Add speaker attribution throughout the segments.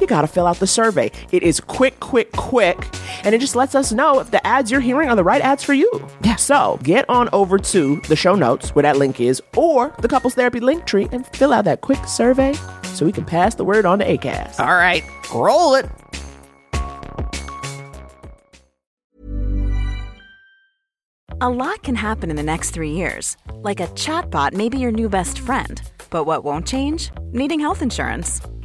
Speaker 1: you got to fill out the survey. It is quick, quick, quick. And it just lets us know if the ads you're hearing are the right ads for you.
Speaker 2: Yeah.
Speaker 1: So get on over to the show notes where that link is or the couples therapy link tree and fill out that quick survey so we can pass the word on to ACAS.
Speaker 2: All right, roll it.
Speaker 3: A lot can happen in the next three years. Like a chatbot may be your new best friend. But what won't change? Needing health insurance.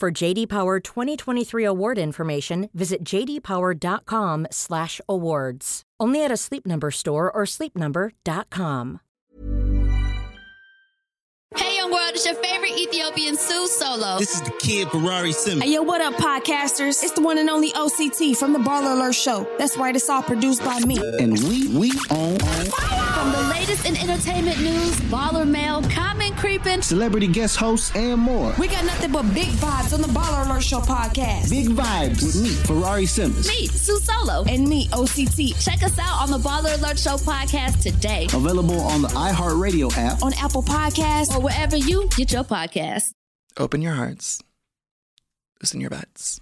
Speaker 4: For JD Power 2023 award information, visit jdpower.com/awards. Only at a Sleep Number store or sleepnumber.com.
Speaker 5: Hey, young world, it's your favorite Ethiopian Sue Solo.
Speaker 6: This is the kid Ferrari Simmons.
Speaker 7: Hey, yo, what up, podcasters? It's the one and only OCT from the Baller Alert Show. That's right, it's all produced by me.
Speaker 8: and we we own
Speaker 5: From the latest in entertainment news, baller mail, comment creeping,
Speaker 8: celebrity guest hosts and more.
Speaker 7: We got nothing but big vibes on the Baller Alert Show podcast.
Speaker 8: Big vibes with me, Ferrari Simmons.
Speaker 5: me, Sue Solo. And
Speaker 7: And me, OCT,
Speaker 5: check us out on the Baller Alert Show podcast today
Speaker 8: Available on the iHeartRadio app.
Speaker 7: on Apple Podcasts.
Speaker 5: or wherever you get your podcast.
Speaker 9: Open your hearts. Loosen your butts.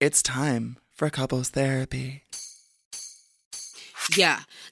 Speaker 9: It's time for couples therapy.
Speaker 10: Yeah,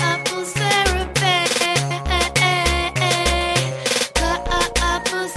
Speaker 5: apples therapy. Cup of apples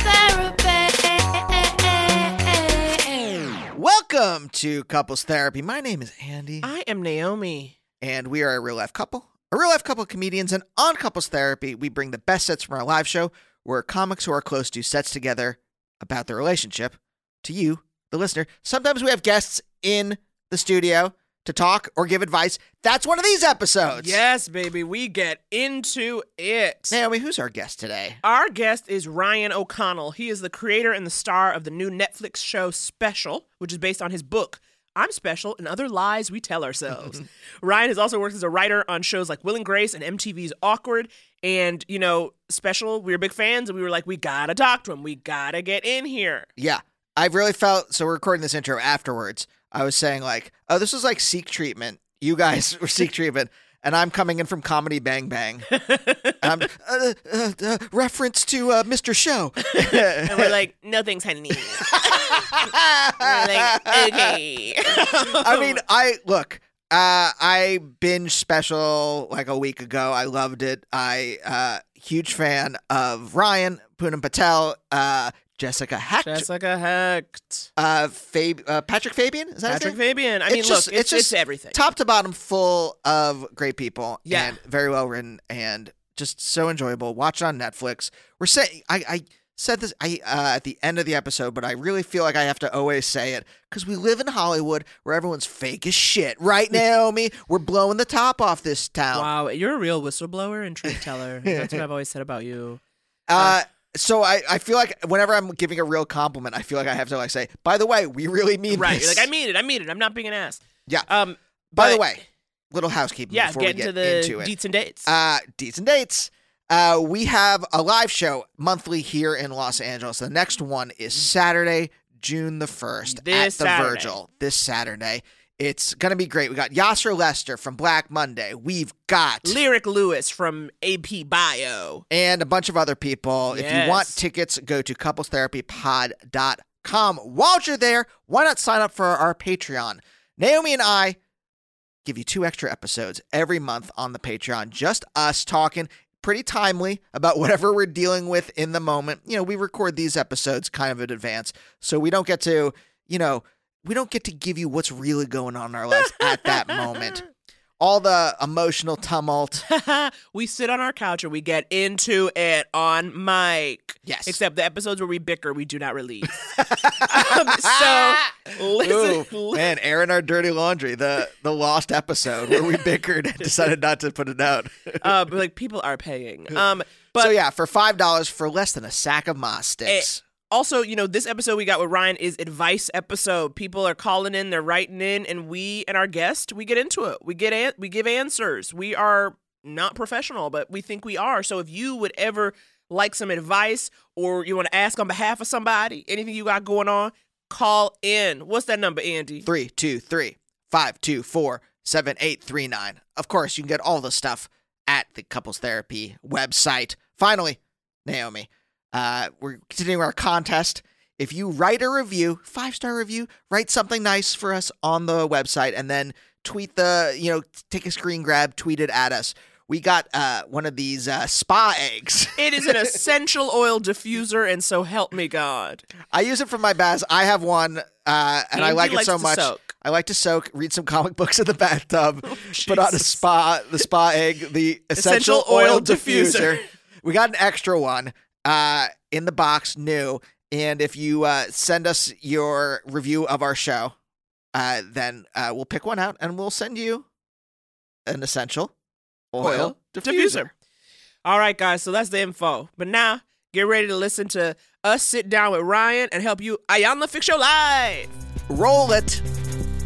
Speaker 5: therapy.
Speaker 2: Welcome to Couples Therapy. My name is Andy,
Speaker 1: I am Naomi.
Speaker 2: and we are a real life couple, a real life couple of comedians. And on Couples Therapy, we bring the best sets from our live show where comics who are close do sets together about their relationship to you, the listener. Sometimes we have guests in the studio to talk or give advice. That's one of these episodes.
Speaker 1: Yes, baby. We get into it.
Speaker 2: Naomi, who's our guest today?
Speaker 1: Our guest is Ryan O'Connell. He is the creator and the star of the new Netflix show Special, which is based on his book. I'm special and other lies we tell ourselves. Ryan has also worked as a writer on shows like Will and Grace and MTV's Awkward. And, you know, Special, we were big fans and we were like, we gotta talk to him. We gotta get in here.
Speaker 2: Yeah. I've really felt so we're recording this intro afterwards. I was saying like, oh, this was like seek treatment. You guys were seek treatment. And I'm coming in from Comedy Bang Bang. And I'm, uh, uh, uh, reference to uh, Mr. Show.
Speaker 1: And we're like, no thanks, honey. And we're like, okay.
Speaker 2: I mean, I look. Uh, I binge special like a week ago. I loved it. I uh, huge fan of Ryan Poonam Patel, uh, Jessica Hack,
Speaker 1: Jessica Hecht.
Speaker 2: uh, Fab- uh, Patrick Fabian. Is that his
Speaker 1: Patrick
Speaker 2: name?
Speaker 1: Fabian. I mean, look, it's, it's, everything.
Speaker 2: Top to bottom, full of great people.
Speaker 1: Yeah.
Speaker 2: And very well written and just so enjoyable. Watch it on Netflix. We're saying, I, I said this I, uh, at the end of the episode, but I really feel like I have to always say it because we live in Hollywood where everyone's fake as shit. Right, Naomi? We're blowing the top off this town.
Speaker 1: Wow, you're a real whistleblower and truth teller. That's what I've always said about you.
Speaker 2: Uh, so I, I feel like whenever I'm giving a real compliment, I feel like I have to like say, by the way, we really mean
Speaker 1: Right. You're
Speaker 2: this.
Speaker 1: like, I mean it. I mean it. I'm not being an ass.
Speaker 2: yeah.
Speaker 1: Um,
Speaker 2: by the
Speaker 1: but-
Speaker 2: way, little housekeeping
Speaker 1: yeah,
Speaker 2: before
Speaker 1: get
Speaker 2: we get
Speaker 1: into the
Speaker 2: into it.
Speaker 1: deets and dates.
Speaker 2: Uh, deets and dates. Uh, we have a live show monthly here in Los Angeles. The next one is Saturday, June the first, at the
Speaker 1: This Saturday.
Speaker 2: Virgil. This Saturday, it's gonna be great. We got Yasser Lester from Black Monday. We've got
Speaker 1: Lyric Lewis from AP Bio.
Speaker 2: and a bunch of other people. If you want
Speaker 1: Yes.
Speaker 2: tickets, go to couplestherapypod.com. While you're there, why not sign up for our Patreon? Naomi and I give you two extra episodes every month on the Patreon, just us talking pretty timely about whatever we're dealing with in the moment. You know, we record these episodes kind of in advance, so we don't get to, you know, we don't get to give you what's really going on in our lives at that moment. All the emotional tumult.
Speaker 1: we sit on our couch and we get into it on mic.
Speaker 2: Yes.
Speaker 1: Except the episodes where we bicker, we do not release. um, so listen.
Speaker 2: Ooh, man, airing our dirty laundry, the the lost episode where we bickered and decided not to put it out.
Speaker 1: Uh, but, like people are paying. Um, but
Speaker 2: so yeah, for five dollars for less than a sack of moss
Speaker 1: Eh,
Speaker 2: sticks.
Speaker 1: also, you know, this episode we got with Ryan is advice episode. People are calling in, they're writing in, and we and our guest, we get into it. We get an- we give answers. We are not professional, but we think we are. So if you would ever like some advice or you want to ask on behalf of somebody, anything you got going on, call in. What's that number, Andy?
Speaker 2: Three, two, three, five, two, four, seven, eight, three, nine. Of course, you can get all the stuff at the couples therapy website. Finally, Naomi, uh, we're continuing our contest. If you write a review, five star review, write something nice for us on the website, and then tweet the, you know, take a screen grab, tweet it at us. We got uh, one of these uh, spa eggs.
Speaker 1: It is an essential oil diffuser, and so help me God.
Speaker 2: I use it for my baths. I have one, uh, and I
Speaker 1: Andy
Speaker 2: like it
Speaker 1: likes
Speaker 2: so
Speaker 1: to
Speaker 2: much.
Speaker 1: soak. Oh,
Speaker 2: I like to soak, read some comic books in the bathtub, put on a
Speaker 1: Jesus.
Speaker 2: spa, the spa egg, the essential,
Speaker 1: Essential oil
Speaker 2: diffuser.
Speaker 1: diffuser.
Speaker 2: we got an extra one uh, in the box, new. And if you uh, send us your review of our show, uh, then uh, we'll pick one out and we'll send you an essential oil, diffuser.
Speaker 1: All right, guys, so that's the info. But now, get ready to listen to us sit down with Ryan and help you Ayanna fix your life.
Speaker 2: Roll it.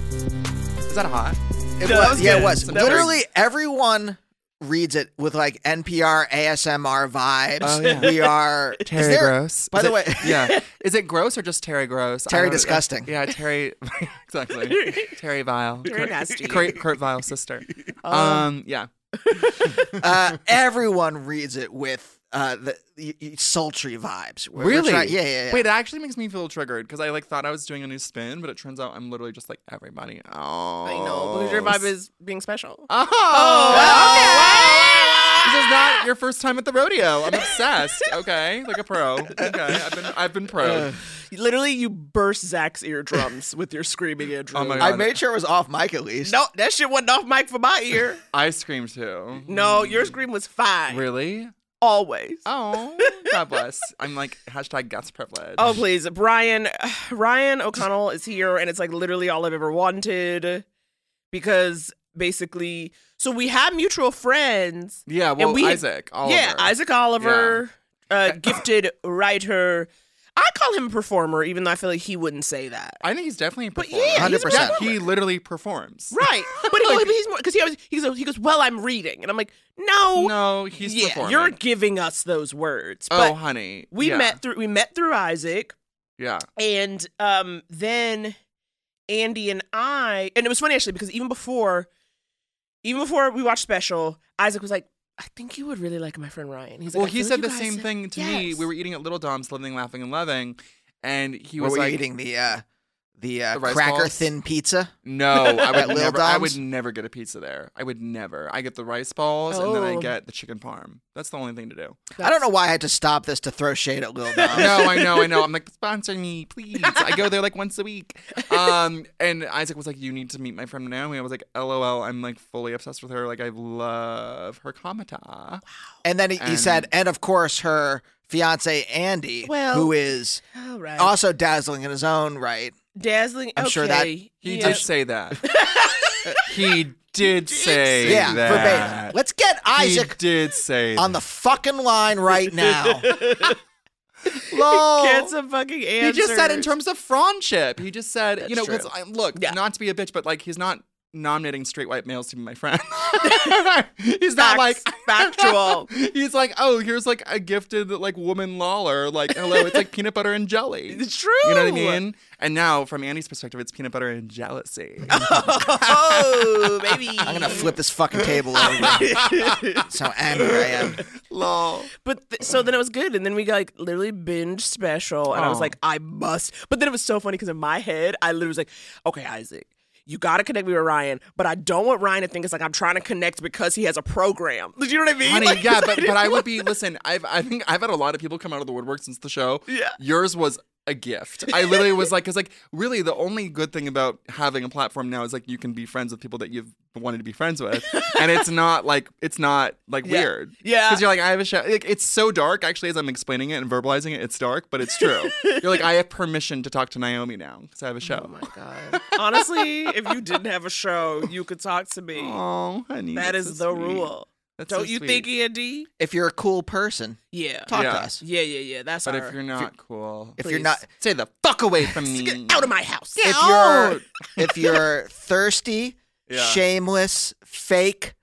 Speaker 9: Is that hot?
Speaker 2: It
Speaker 1: No,
Speaker 2: was,
Speaker 1: that was
Speaker 2: yeah, it
Speaker 1: good.
Speaker 2: was.
Speaker 1: So that was-
Speaker 2: Literally everyone reads it with like NPR ASMR vibes.
Speaker 9: Oh, yeah.
Speaker 2: We are is
Speaker 9: Terry
Speaker 2: there-
Speaker 9: Gross.
Speaker 2: By
Speaker 9: Is
Speaker 2: the
Speaker 9: it-
Speaker 2: way,
Speaker 9: yeah. Is it gross or just Terry Gross? I
Speaker 2: Terry
Speaker 9: don't-
Speaker 2: Disgusting.
Speaker 9: yeah, Terry. exactly. Terry Vile.
Speaker 1: Very nasty.
Speaker 9: Kurt, Kurt Vile's sister. Um. Yeah.
Speaker 2: uh, everyone reads it with uh, the, y- y- sultry vibes. We're- we're
Speaker 9: Really?
Speaker 2: trying- yeah, yeah, yeah.
Speaker 9: Wait, it actually makes me feel triggered because I like thought I was doing a new spin, but it turns out I'm literally just like everybody. Oh.
Speaker 1: I know, because your vibe is being special. Oh,
Speaker 9: Oh.
Speaker 1: wow,
Speaker 9: okay.
Speaker 1: wow, wow,
Speaker 9: This
Speaker 1: wow.
Speaker 9: is not your first time at the rodeo. I'm obsessed. Okay, like a pro. Okay, I've been I've been pro.
Speaker 1: Literally, you burst Zach's eardrums with your screaming eardrum.
Speaker 9: Oh my
Speaker 2: I
Speaker 9: God.
Speaker 2: made sure it was off mic at least.
Speaker 1: No, that shit wasn't off mic for my ear.
Speaker 9: I scream too.
Speaker 1: No, your scream was fine.
Speaker 9: Really?
Speaker 1: Always.
Speaker 9: Oh, God bless. I'm like hashtag guest privilege.
Speaker 1: Oh please, Brian. Ryan O'Connell is here, and it's like literally all I've ever wanted, because basically, so we have mutual friends.
Speaker 9: yeah.
Speaker 1: and
Speaker 9: Well,
Speaker 1: we had-
Speaker 9: Isaac. Oliver.
Speaker 1: Yeah, Isaac Oliver, uh, gifted writer. I call him performer, even though I feel like he wouldn't say that.
Speaker 9: I think he's definitely a
Speaker 1: But
Speaker 9: performer.
Speaker 1: yeah, he's a
Speaker 2: 100%.
Speaker 1: performer.
Speaker 9: He literally performs.
Speaker 1: Right, but he, he's more because he always he goes, he goes. Well, I'm reading, and I'm like, no,
Speaker 9: No, he's
Speaker 1: yeah,
Speaker 9: performing.
Speaker 1: you're giving us those words.
Speaker 9: Oh,
Speaker 1: But
Speaker 9: honey.
Speaker 1: we
Speaker 9: Yeah.
Speaker 1: met through we met through Isaac.
Speaker 9: Yeah.
Speaker 1: and um then Andy and I and it was funny actually because even before even before we watched special Isaac was like I think you would really like my friend Ryan he's like
Speaker 9: well,
Speaker 1: "I
Speaker 9: he
Speaker 1: feel
Speaker 9: said
Speaker 1: like
Speaker 9: the
Speaker 1: you guys
Speaker 9: same
Speaker 1: have-"
Speaker 9: thing to me.
Speaker 1: Yes.
Speaker 9: We were eating at Little Dom's, living, laughing, and loving, and he
Speaker 2: Where
Speaker 9: was
Speaker 2: were you
Speaker 9: like,
Speaker 2: eating the uh, the, uh,
Speaker 9: The rice
Speaker 2: cracker
Speaker 9: balls?
Speaker 2: thin pizza.
Speaker 9: No, I
Speaker 2: At
Speaker 9: would
Speaker 2: Lil
Speaker 9: never. I
Speaker 2: Dom's?
Speaker 9: would never get a pizza there. I would never. I get the rice balls and then
Speaker 1: Oh.
Speaker 9: I get the chicken parm. That's the only thing to do.
Speaker 2: I don't know why I had to stop this to throw shade at Lil Dom.
Speaker 9: no, I know, I know. I'm like, sponsor me, please. I go there like once a week. Um, and Isaac was like, you need to meet my friend Naomi. I was like, lol. I'm like fully obsessed with her. Like I love her comata.
Speaker 2: And then he, he said, and of course her fiance Andy,
Speaker 1: Well,
Speaker 2: who is
Speaker 1: All right.
Speaker 2: also dazzling in his own right.
Speaker 1: Dazzling.
Speaker 2: I'm
Speaker 1: okay.
Speaker 2: sure that-
Speaker 9: He
Speaker 1: yeah.
Speaker 9: did say that. he did, say
Speaker 2: yeah,
Speaker 9: that.
Speaker 2: verbatim. Let's get Isaac
Speaker 9: He did say
Speaker 2: on the
Speaker 9: that.
Speaker 2: fucking line right now. Lol.
Speaker 1: Get some fucking
Speaker 9: He
Speaker 1: answers.
Speaker 9: just said in terms of friendship. He just said, you know,
Speaker 2: true.
Speaker 9: 'cause I, look,
Speaker 1: Yeah.
Speaker 9: not to be a bitch, but like he's not nominating straight white males to be my friend. he's not like
Speaker 1: Facts. Factual.
Speaker 9: he's like, oh, here's like a gifted like woman lawler. Like, hello, it's like peanut butter and jelly.
Speaker 1: It's true.
Speaker 9: You know what I mean? And now, from Annie's perspective, it's peanut butter and jealousy.
Speaker 1: Oh, baby.
Speaker 2: I'm gonna flip this fucking table over. That's how angry I am.
Speaker 9: Lol.
Speaker 1: But th- so then it was good, and then we got like literally binge special, and I was
Speaker 9: Aw.
Speaker 1: like, I must. But then it was so funny because in my head, I literally was like, okay, Isaac. You gotta connect me with Ryan, but I don't want Ryan to think it's like I'm trying to connect because he has a program. Do you know what I mean?
Speaker 9: Honey,
Speaker 1: Like,
Speaker 9: yeah,
Speaker 1: 'cause
Speaker 9: but,
Speaker 1: didn't
Speaker 9: but I
Speaker 1: want-
Speaker 9: would be listen, I've I think I've had a lot of people come out of the woodwork since the show.
Speaker 1: Yeah.
Speaker 9: Yours was a gift. I literally was like, because like really the only good thing about having a platform now is like you can be friends with people that you've wanted to be friends with. and it's not like it's not like
Speaker 1: Yeah.
Speaker 9: weird.
Speaker 1: Yeah.
Speaker 9: Because you're like, I have a show. Like, it's so dark, actually, as I'm explaining it and verbalizing it, it's dark, but it's true. you're like, I have permission to talk to Naomi now because I have a show. Oh my god.
Speaker 1: Honestly, if you didn't have a show, you could talk to me.
Speaker 9: Oh, honey.
Speaker 1: that
Speaker 9: that's
Speaker 1: is
Speaker 9: so
Speaker 1: the
Speaker 9: sweet.
Speaker 1: rule.
Speaker 9: That's
Speaker 1: don't
Speaker 9: so
Speaker 1: you
Speaker 9: sweet.
Speaker 1: think, Andy?
Speaker 2: If you're a cool person,
Speaker 1: Yeah.
Speaker 2: talk
Speaker 9: Yeah.
Speaker 2: to us.
Speaker 1: Yeah, yeah, yeah. That's
Speaker 9: But
Speaker 1: our,
Speaker 9: if you're not cool,
Speaker 2: If you're
Speaker 1: Please.
Speaker 2: not Mm.
Speaker 9: stay the fuck away from me.
Speaker 1: out of my house.
Speaker 2: if you're if you're thirsty,
Speaker 9: Yeah.
Speaker 2: shameless, fake,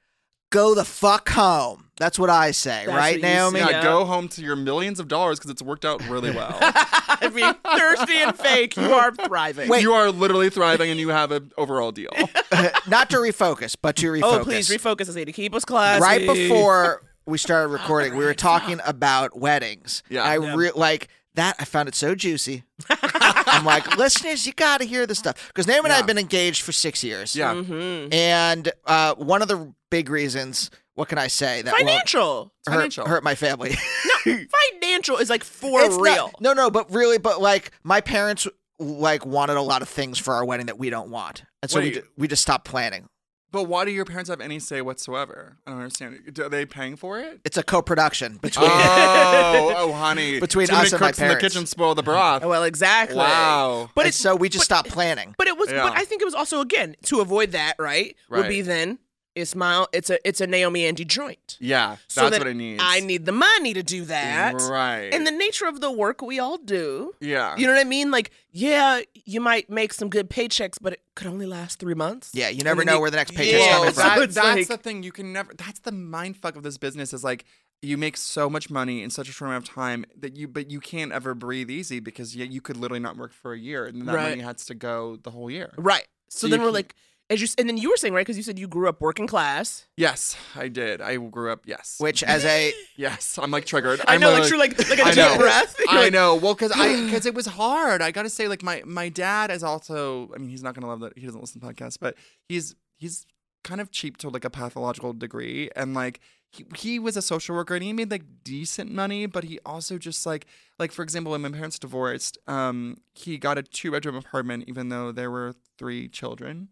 Speaker 2: go the fuck home. That's what I say,
Speaker 1: That's
Speaker 2: right,
Speaker 1: what you say.
Speaker 2: Naomi?
Speaker 9: Yeah,
Speaker 1: Yeah.
Speaker 9: go home to your millions of dollars because it's worked out really well.
Speaker 1: I mean, thirsty and fake, you are thriving.
Speaker 2: Wait.
Speaker 9: You are literally thriving and you have an overall deal.
Speaker 2: Not to refus, but to refocus.
Speaker 1: Oh, please refocus us, Andy. Keep us classy.
Speaker 2: right before we started recording, we were talking about weddings.
Speaker 9: Yeah.
Speaker 2: I re- like that. I found it so juicy. I'm like, listeners, you got to hear this stuff because Naomi and I have been engaged for six years.
Speaker 9: Yeah.
Speaker 11: Mm-hmm.
Speaker 2: Mm-hmm. and uh, one of the big reasons, what can I say, that
Speaker 1: financial.
Speaker 2: won't hurt,
Speaker 9: Financial.
Speaker 2: hurt my family.
Speaker 1: Financial is like for
Speaker 2: It's not-
Speaker 1: real.
Speaker 2: no, no, but really, but like my parents like wanted a lot of things for our wedding that we don't want, and so we,
Speaker 9: Wait.
Speaker 2: ju- we just stopped planning.
Speaker 9: But why do your parents have any say whatsoever? I don't understand. Are they paying for it?
Speaker 2: It's a co-production between.
Speaker 9: oh, oh, honey.
Speaker 2: Between
Speaker 9: Too many
Speaker 2: us and my
Speaker 9: cooks
Speaker 2: parents.
Speaker 9: In the kitchen spoil the broth.
Speaker 1: well, exactly.
Speaker 9: Wow.
Speaker 1: But
Speaker 2: and
Speaker 1: it's
Speaker 2: so we just
Speaker 1: but-
Speaker 2: stopped planning.
Speaker 1: But it was.
Speaker 9: Yeah.
Speaker 1: But I think it was also again to avoid that. Right. Would be
Speaker 9: Right.
Speaker 1: then. It's my. It's a. It's a Naomi Andy joint.
Speaker 9: Yeah, that's
Speaker 1: So that
Speaker 9: what I need.
Speaker 1: I need the money to do that.
Speaker 9: Right.
Speaker 1: And the nature of the work we all do.
Speaker 9: Yeah.
Speaker 1: You know what I mean? Like, yeah, you might make some good paychecks, but it could only last three months.
Speaker 2: Yeah, you
Speaker 1: And
Speaker 2: never
Speaker 1: then
Speaker 2: know where the next paycheck's
Speaker 1: Yeah,
Speaker 2: coming
Speaker 1: so
Speaker 2: from.
Speaker 9: that-
Speaker 1: it's
Speaker 9: that's
Speaker 1: like-
Speaker 9: the thing. You can never. That's the mind fuck of this business. Is like you make so much money in such a short amount of time that you, but you can't ever breathe easy because you, you could literally not work for a year, and then that
Speaker 1: Right.
Speaker 9: money has to go the whole year.
Speaker 1: Right. So
Speaker 9: So
Speaker 1: then
Speaker 9: you
Speaker 1: we're
Speaker 9: can-
Speaker 1: like, as you and then you were saying right because you said you grew up working class.
Speaker 9: Yes, I did. I grew up. Yes.
Speaker 2: Which, as a
Speaker 9: Yes, I'm like triggered.
Speaker 1: I
Speaker 9: I'm
Speaker 1: know, like, you're, like- like a
Speaker 9: I
Speaker 1: deep
Speaker 9: know.
Speaker 1: breath. You're
Speaker 9: I
Speaker 1: like-
Speaker 9: know. Well, because I because it was hard. I gotta say, like my my dad is also. I mean, he's not gonna love that he doesn't listen to podcasts, but he's he's kind of cheap to like a pathological degree, and like he he was a social worker and he made like decent money, but he also just like like for example, when my parents divorced, um, he got a two bedroom apartment even though there were three children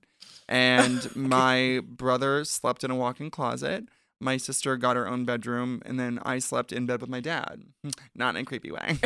Speaker 9: and my brother slept in a walk-in closet. My sister got her own bedroom, and then I slept in bed with my dad. Not in a creepy way,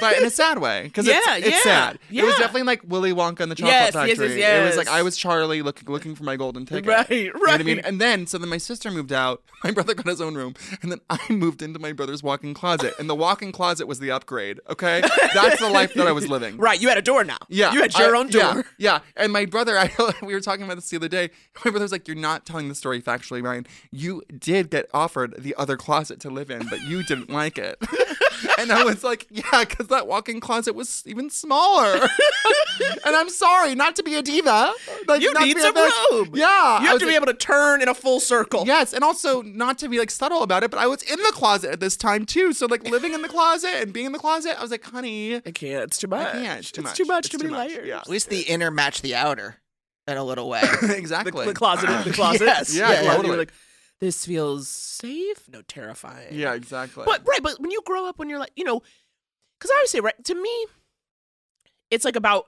Speaker 9: but in a sad way because
Speaker 1: Yeah,
Speaker 9: it's,
Speaker 1: yeah,
Speaker 9: it's sad. It was
Speaker 1: yeah.
Speaker 9: definitely like Willy Wonka and the Chocolate
Speaker 1: Yes, yes, yes,
Speaker 9: Factory. It was like
Speaker 1: yes.
Speaker 9: I was Charlie looking looking for my golden ticket.
Speaker 1: Right,
Speaker 9: You know what I mean?
Speaker 1: right.
Speaker 9: And then so then my sister moved out. My brother got his own room, and then I moved into my brother's walk-in closet. And the walk-in closet was the upgrade. Okay, that's the life that I was living.
Speaker 1: Right. You had a door now.
Speaker 9: Yeah.
Speaker 1: You had your
Speaker 9: I-
Speaker 1: own door.
Speaker 9: Yeah, yeah. And my brother, I we were talking about this the other day. My brother's like, You're not telling the story factually, Ryan. You did get offered the other closet to live in, but you didn't like it. And I was like, yeah, because that walk in closet was even smaller. and I'm sorry, not to be a diva. Like,
Speaker 1: You
Speaker 9: not to
Speaker 1: need
Speaker 9: be a
Speaker 1: some
Speaker 9: bitch.
Speaker 1: room.
Speaker 9: Yeah. I
Speaker 1: You have
Speaker 9: was
Speaker 1: to be
Speaker 9: like,
Speaker 1: able to turn in a full circle.
Speaker 9: Yes, and also not to be like subtle about it, but I was in the closet at this time too. So like living in the closet and being in the closet, I was like, honey,
Speaker 1: I can't. It's too much.
Speaker 9: can't, it's too
Speaker 1: It's
Speaker 9: much,
Speaker 1: too much.
Speaker 9: it's
Speaker 1: Too
Speaker 9: too
Speaker 1: many
Speaker 9: much,
Speaker 1: layers.
Speaker 9: yeah.
Speaker 2: At least the inner matched the outer in a little way.
Speaker 1: The,
Speaker 9: exactly.
Speaker 1: the closet. The closet.
Speaker 2: Yes,
Speaker 9: Yeah, yeah,
Speaker 1: the closet.
Speaker 9: totally.
Speaker 1: You're like, this feels safe. No, terrifying.
Speaker 9: Yeah, exactly.
Speaker 1: But right, but when you grow up, when you're like, you know, because I would say, right, to me, it's like about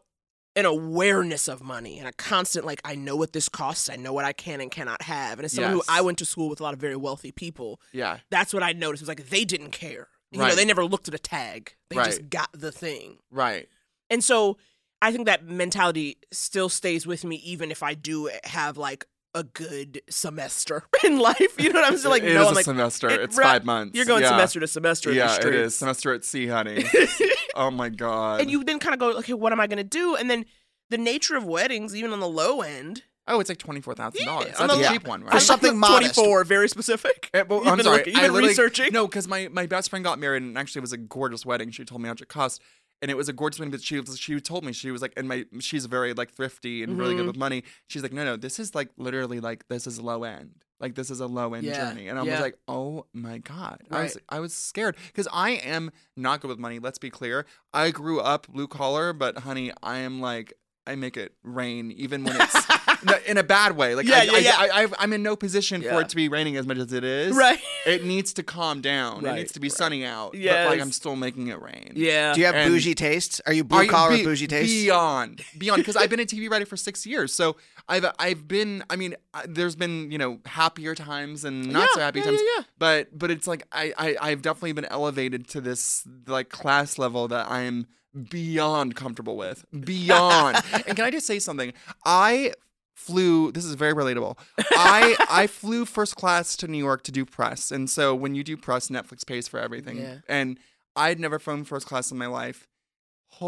Speaker 1: an awareness of money and a constant like, I know what this costs, I know what I can and cannot have, and as someone
Speaker 9: Yes.
Speaker 1: who I went to school with a lot of very wealthy people,
Speaker 9: yeah,
Speaker 1: that's what I noticed was like they didn't care. You know,
Speaker 9: Right.
Speaker 1: they never looked at a tag; they just
Speaker 9: Right.
Speaker 1: got the thing.
Speaker 9: right.
Speaker 1: And so I think that mentality still stays with me, even if I do have like a good semester in life. You know what I'm saying? Like,
Speaker 9: It
Speaker 1: no,
Speaker 9: is
Speaker 1: I'm
Speaker 9: a
Speaker 1: like,
Speaker 9: semester.
Speaker 1: it-
Speaker 9: It's
Speaker 1: right,
Speaker 9: five months.
Speaker 1: You're going
Speaker 9: Yeah.
Speaker 1: semester to semester. in these
Speaker 9: yeah, it
Speaker 1: streets.
Speaker 9: is semester at sea, honey. oh my god.
Speaker 1: and you then kind of go, okay, what am I going to do? And then the nature of weddings, even on the low end,
Speaker 9: Oh, it's like twenty four thousand
Speaker 1: Yeah,
Speaker 9: dollars.
Speaker 1: on
Speaker 9: That's
Speaker 1: the
Speaker 9: a
Speaker 1: lo-
Speaker 9: cheap one,
Speaker 2: For
Speaker 9: right?
Speaker 2: some- something modest.
Speaker 1: twenty-four, very specific.
Speaker 9: Eh, well,
Speaker 1: You've
Speaker 9: I'm
Speaker 1: been
Speaker 9: sorry.
Speaker 1: looking-
Speaker 9: I
Speaker 1: you've been
Speaker 9: literally-
Speaker 1: researching.
Speaker 9: No, because my, my best friend got married, and actually it was a gorgeous wedding. She told me how much it cost, and it was a gorgeous wedding. But she was- she told me she was like, and my she's very like thrifty and really good
Speaker 1: Mm-hmm.
Speaker 9: with money. She's like, no, no, this is like literally like this is low end. Like this is a low end
Speaker 1: Yeah,
Speaker 9: journey, and I
Speaker 1: yeah.
Speaker 9: was like, "Oh my god!" I was
Speaker 1: Right.
Speaker 9: I was scared because I am not good with money. Let's be clear. I grew up blue collar, but honey, I am like I make it rain even when it's No, in a bad way. Like
Speaker 1: Yeah,
Speaker 9: I,
Speaker 1: yeah, yeah.
Speaker 9: I, I, I've- I'm in no position
Speaker 1: Yeah.
Speaker 9: for it to be raining as much as it is.
Speaker 1: Right.
Speaker 9: It needs to calm down.
Speaker 1: Right,
Speaker 9: It needs to be
Speaker 1: right.
Speaker 9: sunny out. But
Speaker 1: Yes.
Speaker 9: like I'm still making it rain.
Speaker 1: Yeah.
Speaker 2: Do you have
Speaker 9: And-
Speaker 2: bougie tastes? Are you
Speaker 9: Are
Speaker 2: blue
Speaker 9: you-
Speaker 2: collar
Speaker 9: be-
Speaker 2: bougie tastes?
Speaker 9: Beyond, beyond, because I've been a TV writer for six years, so I've I've been. I mean, I, there's been you know happier times and not
Speaker 1: Yeah,
Speaker 9: so happy
Speaker 1: yeah,
Speaker 9: times.
Speaker 1: yeah, yeah.
Speaker 9: But but it's like I, I I've definitely been elevated to this like class level that I'm beyond comfortable with. Beyond. and can I just say something? I flew this is very relatable i i flew first class to new york to do press and so when you do press netflix pays for everything
Speaker 1: Yeah.
Speaker 9: and i'd never flown first class in my life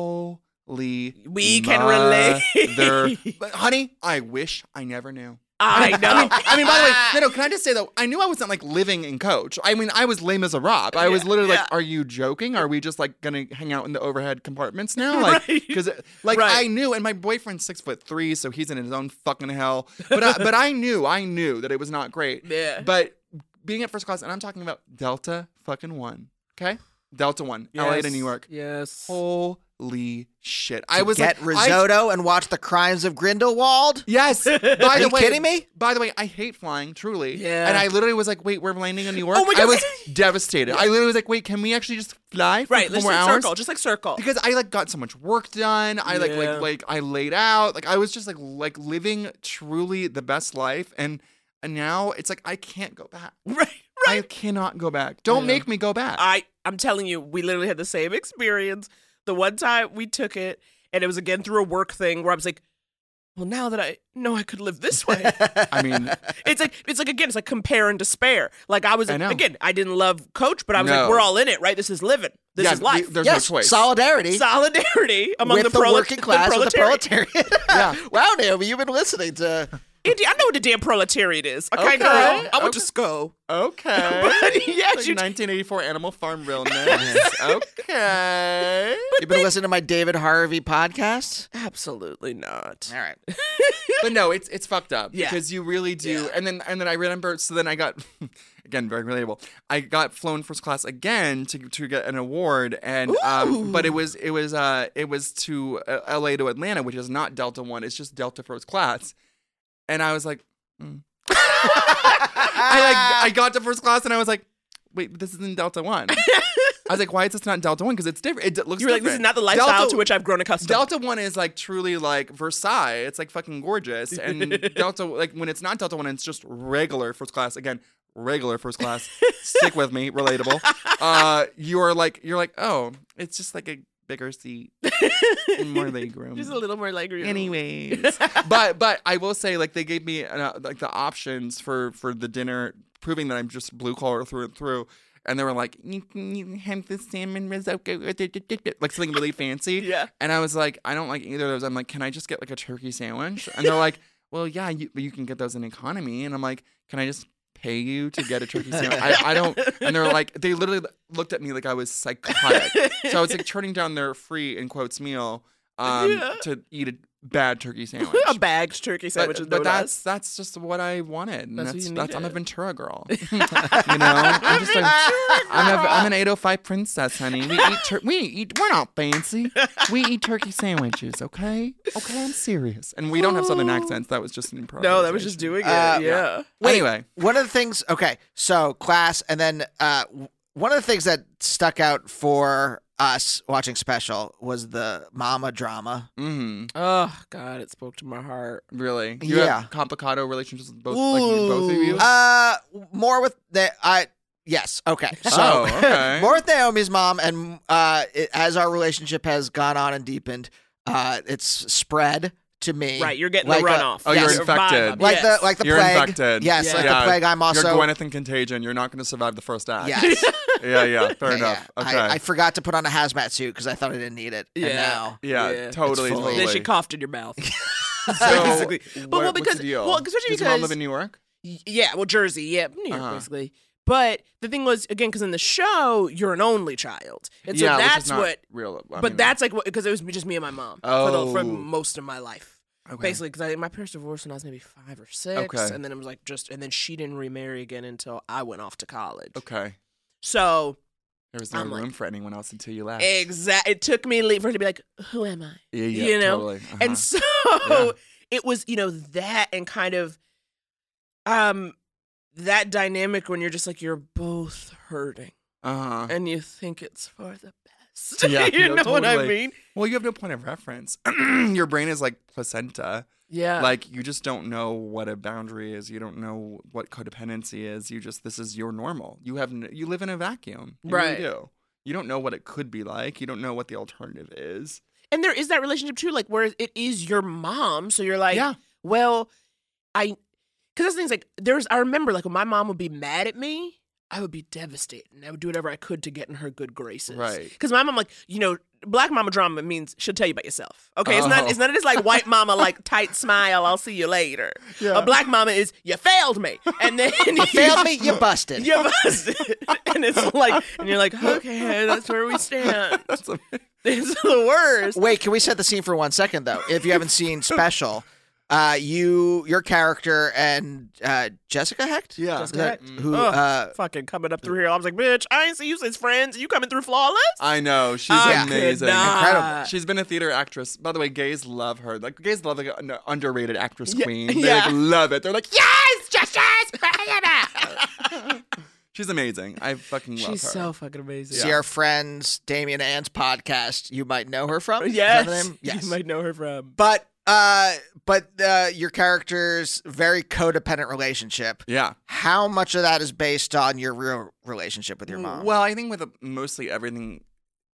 Speaker 9: Holy.
Speaker 1: We can relate.
Speaker 9: mother- But honey, I wish I never knew.
Speaker 1: I know.
Speaker 9: I mean, I mean, by the way, no, no, can I just say though, I knew I wasn't like living in coach. I mean, I was lame as a rob. I was
Speaker 1: Yeah,
Speaker 9: literally
Speaker 1: yeah.
Speaker 9: like, are you joking? Are we just like gonna hang out in the overhead compartments now? Like,
Speaker 1: Right.
Speaker 9: because like
Speaker 1: Right.
Speaker 9: I knew, and my boyfriend's six foot three, so he's in his own fucking hell. But I, but I knew, I knew that it was not great.
Speaker 1: Yeah.
Speaker 9: But being at first class, and I'm talking about Delta fucking one, okay? Delta one, LA to
Speaker 1: Yes,
Speaker 9: New York.
Speaker 1: Yes.
Speaker 9: Holy shit! I was
Speaker 2: Get
Speaker 9: like, I-
Speaker 2: risotto and watch the crimes of Grindelwald.
Speaker 9: Yes. By the
Speaker 2: you
Speaker 9: way,
Speaker 2: kidding me?
Speaker 9: By the way, I hate flying, truly.
Speaker 1: Yeah.
Speaker 9: And I literally was like, wait, we're landing in New York.
Speaker 1: Oh my
Speaker 9: I
Speaker 1: God.
Speaker 9: was devastated. I literally was like, wait, can we actually just fly for a
Speaker 1: Right.
Speaker 9: couple
Speaker 1: Let's
Speaker 9: more
Speaker 1: like
Speaker 9: hours?
Speaker 1: circle. Just like circle.
Speaker 9: because I like got so much work done. I like
Speaker 1: Yeah.
Speaker 9: like like I laid out. Like I was just like like living truly the best life. And and now it's like I can't go back.
Speaker 1: right. Right.
Speaker 9: I cannot go back. Don't make me go back.
Speaker 1: I I'm telling you, we literally had the same experience. The one time we took it, and it was again through a work thing where I was like, well, now that I know I could live this way.
Speaker 9: I mean,
Speaker 1: It's like it's like again, it's like compare and despair. Like I was
Speaker 9: I know.
Speaker 1: again, I didn't love Coach, but I was
Speaker 9: No.
Speaker 1: like, we're all in it, right? This is living. This
Speaker 9: yeah,
Speaker 1: is life.
Speaker 9: we- there's
Speaker 2: yes,
Speaker 9: no choice.
Speaker 2: solidarity
Speaker 1: Solidarity among
Speaker 2: with
Speaker 1: the, prolet-
Speaker 2: working class,
Speaker 1: the
Speaker 2: with the
Speaker 1: proletariat.
Speaker 2: proletariat.
Speaker 9: Yeah.
Speaker 2: wow, Naomi, you've been listening to.
Speaker 1: Indy, I know what the damn proletariat is. Okay,
Speaker 9: Okay.
Speaker 1: girl, I went
Speaker 9: Okay.
Speaker 1: to school.
Speaker 9: Okay.
Speaker 1: But yes,
Speaker 9: Like
Speaker 1: you-
Speaker 9: 1984 Animal Farm realness. okay.
Speaker 2: You've been listening to my David Harvey podcast.
Speaker 1: Absolutely not.
Speaker 2: All right,
Speaker 9: But no, it's it's fucked up
Speaker 1: Yeah.
Speaker 9: because you really do. And then and then I remember. So then I got again very relatable. I got flown first class again to to get an award, and um, but it was it was uh it was to uh, L.A. to Atlanta, which is not Delta One. It's just Delta First Class, and I was like, mm. I like I got to first class, and I was like, wait, this isn't Delta One. I was like, why is this not Delta One? Because it's different. It d- looks
Speaker 1: You were like, this is
Speaker 9: different.
Speaker 1: not the lifestyle
Speaker 9: Delta-
Speaker 1: to which I've grown accustomed.
Speaker 9: Delta one is like truly like Versailles. It's like fucking gorgeous. And Delta like when it's not Delta one, it's just regular first class. Again, regular first class. Stick with me, relatable. Uh, you are like you're like oh, it's just like a bigger seat, and more legroom.
Speaker 1: Just a little more like
Speaker 9: Anyways, but but I will say like they gave me uh, like the options for for the dinner, proving that I'm just blue collar through and through. And they were like, you can you can have the salmon risotto, like something really fancy.
Speaker 1: Yeah.
Speaker 9: And I was like, I don't like either of those. I'm like, can I just get like a turkey sandwich? And they're like, well, yeah, you, you can get those in economy. And I'm like, can I just pay you to get a turkey sandwich. I, I don't. And they're like, they literally looked at me like I was psychotic. so I was like turning down their free in quotes meal um,
Speaker 1: Yeah.
Speaker 9: to eat a bad turkey sandwich.
Speaker 1: a bagged turkey sandwich is
Speaker 9: but,
Speaker 1: no
Speaker 9: but
Speaker 1: doubt.
Speaker 9: that's that's just what I wanted. And
Speaker 1: That's
Speaker 9: that's,
Speaker 1: what
Speaker 9: that's,
Speaker 1: you
Speaker 9: I'm a
Speaker 1: needed.
Speaker 9: Ventura girl. you know, I'm just a, I'm, a, I'm an 805 princess, honey. We eat tur- we eat we're not fancy. We eat turkey sandwiches, okay? Okay, I'm serious. And we don't have southern accents. That was just an improvisation.
Speaker 1: No, that was just doing it.
Speaker 2: Uh,
Speaker 1: yeah.
Speaker 9: anyway,
Speaker 2: one of the things okay so class and then uh w- one of the things that stuck out for us watching special was the mama drama
Speaker 9: mm,
Speaker 1: Oh God, it spoke to my heart.
Speaker 9: really, you
Speaker 2: Yeah.
Speaker 9: have complicado relationships with both, like, you- both of you.
Speaker 2: uh more with the i yes okay so
Speaker 9: oh, okay.
Speaker 2: more with naomi's mom and uh it, as our relationship has gone on and deepened uh it's spread to me
Speaker 1: Right, you're getting
Speaker 2: like
Speaker 1: the
Speaker 2: a-
Speaker 1: runoff.
Speaker 9: Oh, you're
Speaker 1: Yes.
Speaker 9: infected.
Speaker 1: Vibe,
Speaker 2: like
Speaker 1: yes.
Speaker 2: the like the
Speaker 9: You're
Speaker 2: plague
Speaker 9: infected.
Speaker 2: yes
Speaker 1: Yeah.
Speaker 2: like
Speaker 9: Yeah.
Speaker 2: the plague i'm also
Speaker 9: You're Gwyneth in Contagion. You're not going to survive the first act.
Speaker 2: yes
Speaker 9: yeah, yeah. Fair
Speaker 2: Yeah,
Speaker 9: enough.
Speaker 2: yeah.
Speaker 9: Okay.
Speaker 2: I, I forgot to put on a hazmat suit because I thought I didn't need it. And
Speaker 1: Yeah.
Speaker 2: now
Speaker 9: yeah,
Speaker 1: Yeah.
Speaker 9: totally.
Speaker 2: It's fully-
Speaker 9: totally.
Speaker 1: Then she coughed in your mouth.
Speaker 9: So,
Speaker 1: basically. But
Speaker 9: what-
Speaker 1: well,
Speaker 9: what's
Speaker 1: because
Speaker 9: the deal?
Speaker 1: well, especially
Speaker 9: Does your mom
Speaker 1: because
Speaker 9: live in New York?
Speaker 1: Y- Yeah, well, Jersey, yeah, New York,
Speaker 9: Uh-huh.
Speaker 1: basically. But the thing was, again, because in the show, you're an only child, and so
Speaker 9: yeah, which is
Speaker 1: that's
Speaker 9: not
Speaker 1: what.
Speaker 9: Real, I
Speaker 1: but
Speaker 9: mean,
Speaker 1: that's like because it was just me and my mom for, the, for
Speaker 9: Oh.
Speaker 1: most of my life,
Speaker 9: okay.
Speaker 1: Basically 'cause basically. Because my parents divorced when I was maybe five or six,
Speaker 9: Okay.
Speaker 1: and then it was like just, and then she didn't remarry again until I went off to college.
Speaker 9: Okay.
Speaker 1: So
Speaker 9: There was no
Speaker 1: I'm like-
Speaker 9: room for anyone else until you left.
Speaker 1: exact, it took me le- for her to be like, "Who am I?"
Speaker 9: Yeah, yeah,
Speaker 1: you know?
Speaker 9: totally. Uh-huh.
Speaker 1: And so
Speaker 9: Yeah.
Speaker 1: it was, you know, that and kind of um that dynamic when you're just like you're both hurting
Speaker 9: uh-huh.
Speaker 1: and you think it's for the best.
Speaker 9: Yeah,
Speaker 1: you know
Speaker 9: no,
Speaker 1: what I
Speaker 9: totally.
Speaker 1: mean?
Speaker 9: well, you have no point of reference. Your brain is like placenta.
Speaker 1: Yeah.
Speaker 9: like you just don't know what a boundary is. You don't know what codependency is. You just this is your normal. You have n- you live in a vacuum. You really
Speaker 1: Right.
Speaker 9: do. You don't know what it could be like. You don't know what the alternative is.
Speaker 1: and there is that relationship too, like where it is your mom, so you're like,
Speaker 9: Yeah.
Speaker 1: well, I, because that's the thing's like there's. I remember like when my mom would be mad at me, I would be devastated, and I would do whatever I could to get in her good graces.
Speaker 9: Right.
Speaker 1: Because my mom, like you know, black mama drama means she'll tell you about yourself. Okay, it's not
Speaker 9: Oh.
Speaker 1: it's none of this like white mama like tight smile. I'll see you later.
Speaker 9: Yeah.
Speaker 1: A black mama is you failed me, and then you
Speaker 2: failed me, you busted.
Speaker 1: You busted, and it's like, and you're like, okay, that's where we stand.
Speaker 9: That's a,
Speaker 1: It's the worst.
Speaker 2: Wait, can we set the scene for one second though? If you haven't seen Special, uh, you your character and uh, Jessica Hecht,
Speaker 9: Yeah.
Speaker 2: Is
Speaker 9: Jessica
Speaker 2: that
Speaker 9: Hecht.
Speaker 2: who?
Speaker 1: Mm. Ugh,
Speaker 2: Uh,
Speaker 1: fucking coming up through here. I was like, bitch, I ain't see you since friends. You coming through flawless?
Speaker 9: I know she's
Speaker 1: I could
Speaker 9: amazing,
Speaker 1: not. Incredible.
Speaker 9: She's been a theater actress. By the way, gays love her. Like gays love like an underrated actress queen. They
Speaker 1: yeah.
Speaker 9: like, love it. They're like, yes, yes, yes. bring it back." she's amazing. I fucking love
Speaker 1: She's
Speaker 9: her.
Speaker 1: so fucking amazing.
Speaker 2: See our friends Damien Ann's podcast. You might know her from. Is that
Speaker 1: Yes.
Speaker 2: the name? yes.
Speaker 1: You might know her from.
Speaker 2: But uh, but uh, your character's very codependent relationship.
Speaker 9: yeah.
Speaker 2: How much of that is based on your real relationship
Speaker 1: Mm.
Speaker 2: with your mom?
Speaker 9: Well, I think with a, mostly everything,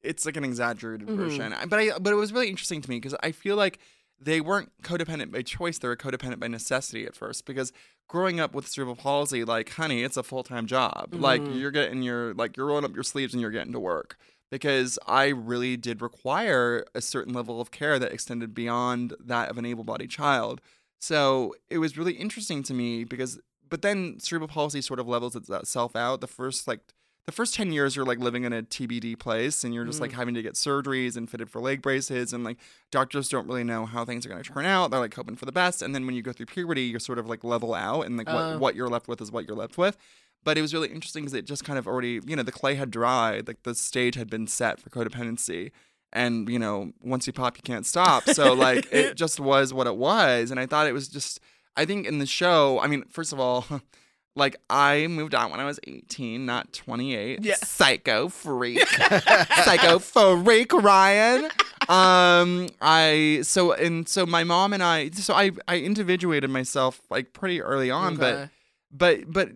Speaker 9: it's like an exaggerated
Speaker 2: Mm-hmm.
Speaker 9: version. I- But I but it was really interesting to me because I feel like they weren't codependent by choice; they were codependent by necessity at first. Because growing up with cerebral palsy, like honey, it's a full time job. Like you're getting your like you're rolling up your sleeves and you're getting to work. Because I really did require a certain level of care that extended beyond that of an able bodied child. So it was really interesting to me because, but then cerebral palsy sort of levels itself out. The first like the first 10 years you're like living in a TBD place and you're just like having to get surgeries and fitted for leg braces and like doctors don't really know how things are going to turn out. They're like hoping for the best and then when you go through puberty you're sort of like level out and like what, what you're left with is what you're left with. But it was really interesting because it just kind of already, you know, the clay had dried, like the stage had been set for codependency. And, you know, once you pop, you can't stop. So, like, it just was what it was. And I thought it was just, I think in the show, I mean, first of all, like I moved out when I was 18, not 28.
Speaker 1: Yeah.
Speaker 9: Psycho freak. Psycho freak Ryan. Um I so and so my mom and I so I I individuated myself like pretty early on
Speaker 1: Okay.
Speaker 9: but but but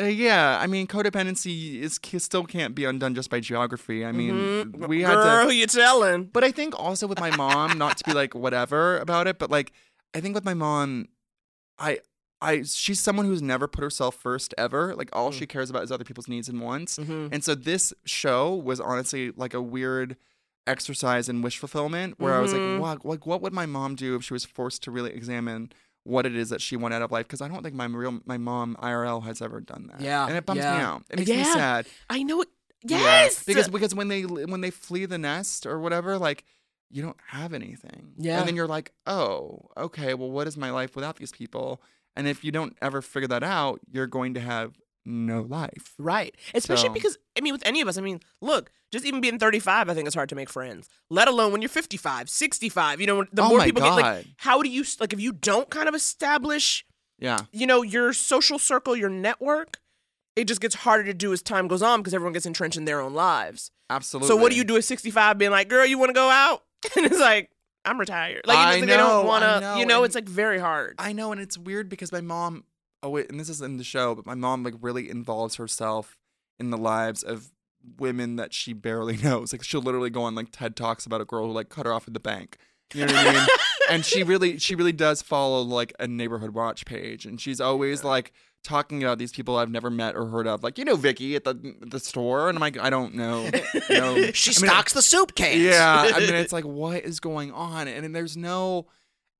Speaker 9: uh, yeah, I mean codependency is still can't be undone just by geography. I mean, we had to
Speaker 1: Mm-hmm. Girl, who you telling?
Speaker 9: but I think also with my mom, not to be like whatever about it, but like I think with my mom, I I she's someone who's never put herself first ever. Like all
Speaker 1: Mm.
Speaker 9: she cares about is other people's needs and wants.
Speaker 1: Mm-hmm.
Speaker 9: And so this show was honestly like a weird
Speaker 1: Mm-hmm.
Speaker 9: exercise in wish fulfillment where I was like, what, like what would my mom do if she was forced to really examine what it is that she wanted out of life because I don't think my real my mom IRL has ever done that.
Speaker 1: Yeah,
Speaker 9: and it bums me
Speaker 1: yeah.
Speaker 9: out. It makes me
Speaker 1: Yeah.
Speaker 9: sad.
Speaker 1: I know it.
Speaker 9: Yeah,
Speaker 1: Yes.
Speaker 9: because because when they when they flee the nest or whatever, like you don't have anything.
Speaker 1: Yeah.
Speaker 9: and then you're like, oh, okay. Well, what is my life without these people? And if you don't ever figure that out, you're going to have no life.
Speaker 1: Right. Especially
Speaker 9: So-
Speaker 1: because, I mean, with any of us, I mean, look, just even being 35, I think it's hard to make friends, let alone when you're 55, 65. You know, the
Speaker 9: Oh
Speaker 1: more
Speaker 9: my
Speaker 1: people get, like,
Speaker 9: God.
Speaker 1: how do you, like, if you don't kind of establish,
Speaker 9: Yeah,
Speaker 1: you know, your social circle, your network, it just gets harder to do as time goes on because everyone gets entrenched in their own lives.
Speaker 9: absolutely.
Speaker 1: So what do you do at 65 being like, girl, you want to go out? And it's like, I'm retired. Like,
Speaker 9: I
Speaker 1: it's like they
Speaker 9: know,
Speaker 1: don't want
Speaker 9: I
Speaker 1: to, you
Speaker 9: know,
Speaker 1: know,
Speaker 9: and-
Speaker 1: it's like very hard.
Speaker 9: I know, and it's weird because my mom. Oh, wait, and this is in the show, but my mom like really involves herself in the lives of women that she barely knows. Like she'll literally go on like TED talks about a girl who like cut her off at the bank. You know what I mean? and she really, she really does follow like a neighborhood watch page, and she's always like talking about these people I've never met or heard of. Like you know Vicky at the the store, and I'm like, I don't know. No.
Speaker 2: She
Speaker 9: I mean,
Speaker 2: stocks the soup cans.
Speaker 9: yeah, I mean, it's like, what is going on? And, then there's no,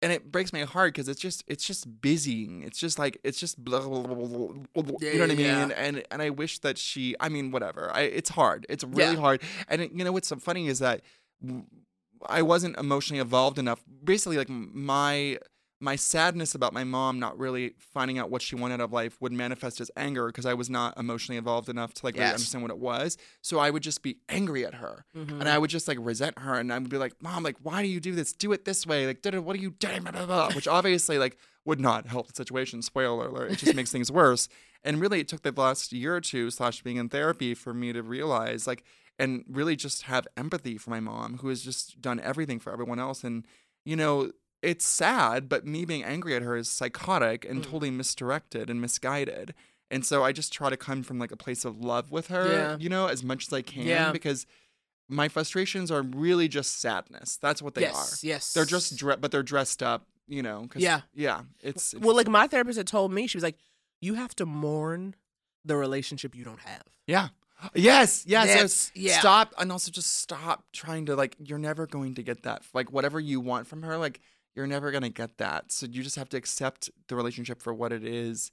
Speaker 9: and it breaks my heart because it's just, it's just busying. It's just like, it's just, blah, blah, blah, blah, blah, blah, blah, you know what I mean?
Speaker 1: Yeah.
Speaker 9: And and I wish that she, I mean, whatever. I, it's hard. It's really
Speaker 1: Yeah.
Speaker 9: hard. And it- you know what's so funny is that w- I wasn't emotionally evolved enough. Basically, like m- my my sadness about my mom not really finding out what she wanted out of life would manifest as anger because I was not emotionally evolved enough to like really
Speaker 2: Yes.
Speaker 9: understand what it was. So I would just be angry at her, and I would just like resent her, and I would be like, "Mom, like, why do you do this? Do it this way. Like, da-da, what are you doing?" Blah, blah, blah. Which obviously like would not help the situation. Spoiler alert! It just makes things worse. And really, it took the last year or two slash being in therapy for me to realize like and really just have empathy for my mom who has just done everything for everyone else and you know it's sad but me being angry at her is psychotic and totally misdirected and misguided and so i just try to come from like a place of love with her
Speaker 1: Yeah.
Speaker 9: you know as much as i can
Speaker 1: Yeah.
Speaker 9: because my frustrations are really just sadness that's what they
Speaker 1: Yes,
Speaker 9: are
Speaker 1: yes.
Speaker 9: they're just dre- but they're dressed up you know 'cause-
Speaker 1: Yeah.
Speaker 9: yeah it's, it's
Speaker 1: well, like my therapist had told me, she was like, "You have to mourn the relationship you don't have."
Speaker 9: Yeah. Yes, yes, yes.
Speaker 1: That's- yeah.
Speaker 9: Stop and also just stop trying to like you're never going to get that. Like whatever you want from her, like you're never gonna get that. So you just have to accept the relationship for what it is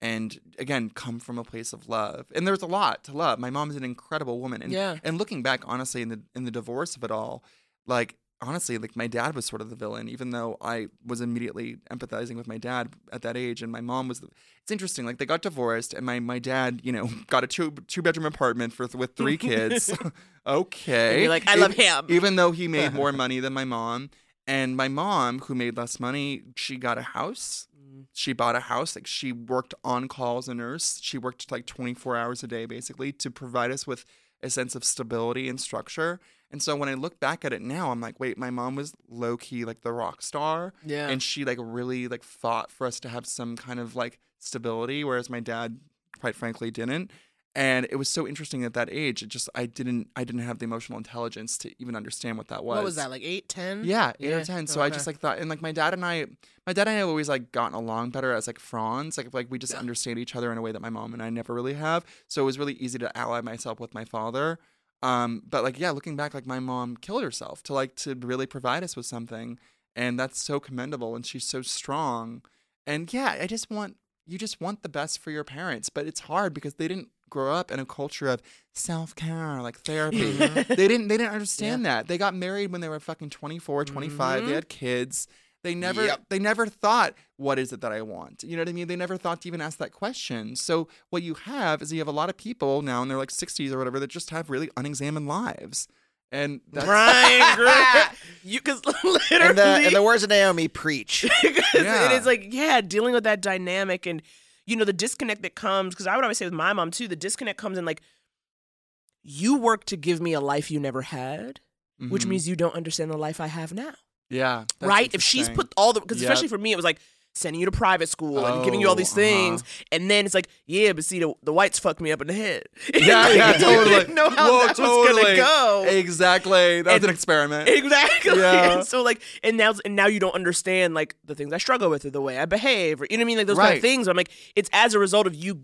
Speaker 9: and again come from a place of love. And there's a lot to love. My mom is an incredible woman. And
Speaker 1: Yeah.
Speaker 9: and looking back honestly in the in the divorce of it all, like honestly, like my dad was sort of the villain, even though I was immediately empathizing with my dad at that age, and my mom was. The, it's interesting, like they got divorced, and my my dad, you know, got a two two bedroom apartment for with three kids. okay, E
Speaker 1: And you're like, I love him.
Speaker 9: even though he made more money than my mom. And my mom, who made less money, she got a house. She bought a house. Like she worked on call as a nurse. She worked like 24 hours a day basically to provide us with a sense of stability and structure. And so when I look back at it now, I'm like, wait, my mom was low key like the rock star.
Speaker 1: Yeah.
Speaker 9: And she like really like fought for us to have some kind of like stability, whereas my dad, quite frankly, didn't and it was so interesting at that age it just i didn't i didn't have the emotional intelligence to even understand what that was
Speaker 1: What was that like eight, ten?
Speaker 9: yeah eight or ten so i just like thought and like my dad and i my dad and i have always like gotten along better as like fronds like like we just understand each other in a way that my mom and i never really have so it was really easy to ally myself with my father um but like yeah looking back like my mom killed herself to like to really provide us with something and that's so commendable and she's so strong and yeah, I just want you just want the best for your parents, but it's hard because they didn't grow up in a culture of self-care like therapy. they didn't they didn't understand that. They got married when they were fucking 24, 25. They had kids. They never they never thought what is it that I want? You know what I mean? They never thought to even ask that question. So what you have is you have a lot of people now in their like 60s or whatever that just have really unexamined lives. And that's
Speaker 1: Brian Greer, you because literally,
Speaker 2: In the, in the words of Naomi, preach.
Speaker 9: yeah.
Speaker 1: it is like yeah, dealing with that dynamic and you know the disconnect that comes because I would always say with my mom too, the disconnect comes in like you work to give me a life you never had, which
Speaker 9: Mhm.
Speaker 1: means you don't understand the life I have now.
Speaker 9: yeah, that's
Speaker 1: right? If she's
Speaker 9: interesting.
Speaker 1: put all the because
Speaker 9: Yep.
Speaker 1: especially for me, it was like sending you to private school and giving you all these
Speaker 9: Oh,
Speaker 1: things, and then it's like, yeah, but see, the, the whites fucked me up in the head.
Speaker 9: Yeah,
Speaker 1: Like,
Speaker 9: yeah,
Speaker 1: you
Speaker 9: totally.
Speaker 1: didn't know how
Speaker 9: Whoa,
Speaker 1: that
Speaker 9: totally.
Speaker 1: was gonna go.
Speaker 9: Exactly. That was
Speaker 1: And-
Speaker 9: an experiment.
Speaker 1: Exactly.
Speaker 9: Yeah.
Speaker 1: And so like, and now, and now you don't understand like the things I struggle with, or the way I behave, or you know what I mean, like those kind
Speaker 9: Right.
Speaker 1: of things. I'm like, it's as a result of you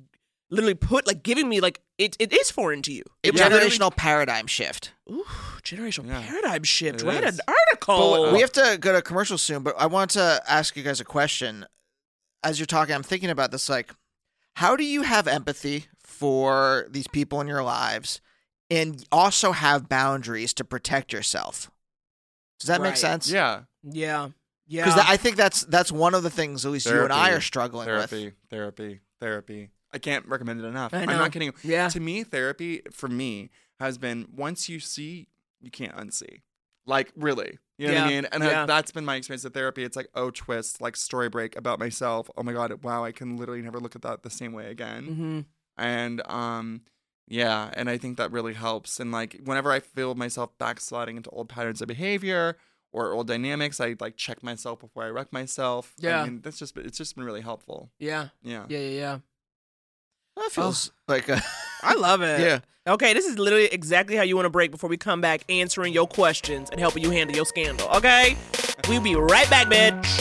Speaker 1: literally put like giving me like it. It is foreign to you. It
Speaker 9: Yeah.
Speaker 1: literally-
Speaker 2: Generational paradigm shift.
Speaker 1: Ooh, generational
Speaker 9: Yeah.
Speaker 1: paradigm shift.
Speaker 9: It
Speaker 1: Write
Speaker 9: is.
Speaker 1: an article.
Speaker 2: But we have to go to commercial soon, but I want to ask you guys a question as you're talking, I'm thinking about this like, how do you have empathy for these people in your lives and also have boundaries to protect yourself? Does that make
Speaker 1: Right.
Speaker 2: sense?
Speaker 9: Yeah.
Speaker 1: Yeah. Yeah.
Speaker 2: Because I think that's that's one of the things at least you and I are struggling
Speaker 9: therapy,
Speaker 2: with.
Speaker 9: Therapy, therapy, I can't recommend it enough.
Speaker 1: I
Speaker 9: I'm
Speaker 1: know.
Speaker 9: not kidding. you.
Speaker 1: Yeah.
Speaker 9: To me, therapy for me has been once you see, you can't unsee. Like really, you know what I
Speaker 1: Yeah,
Speaker 9: mean? And
Speaker 1: yeah.
Speaker 9: I, that's been my experience of therapy. It's like oh twist, like story break about myself. Oh my god, wow! I can literally never look at that the same way again.
Speaker 1: hmm
Speaker 9: And um, yeah, and I think that really helps. And like whenever I feel myself backsliding into old patterns of behavior or old dynamics, I like check myself before I wreck myself.
Speaker 1: Yeah.
Speaker 9: I mean, that's just it's just been really helpful.
Speaker 1: Yeah.
Speaker 9: Yeah.
Speaker 1: Yeah. Yeah. Yeah.
Speaker 2: That feels
Speaker 1: Oh.
Speaker 2: like a,
Speaker 1: I love it.
Speaker 2: Yeah.
Speaker 1: Okay, this is literally exactly how you want to break before we come back answering your questions and helping you handle your scandal. Okay? We'll be right back, bitch.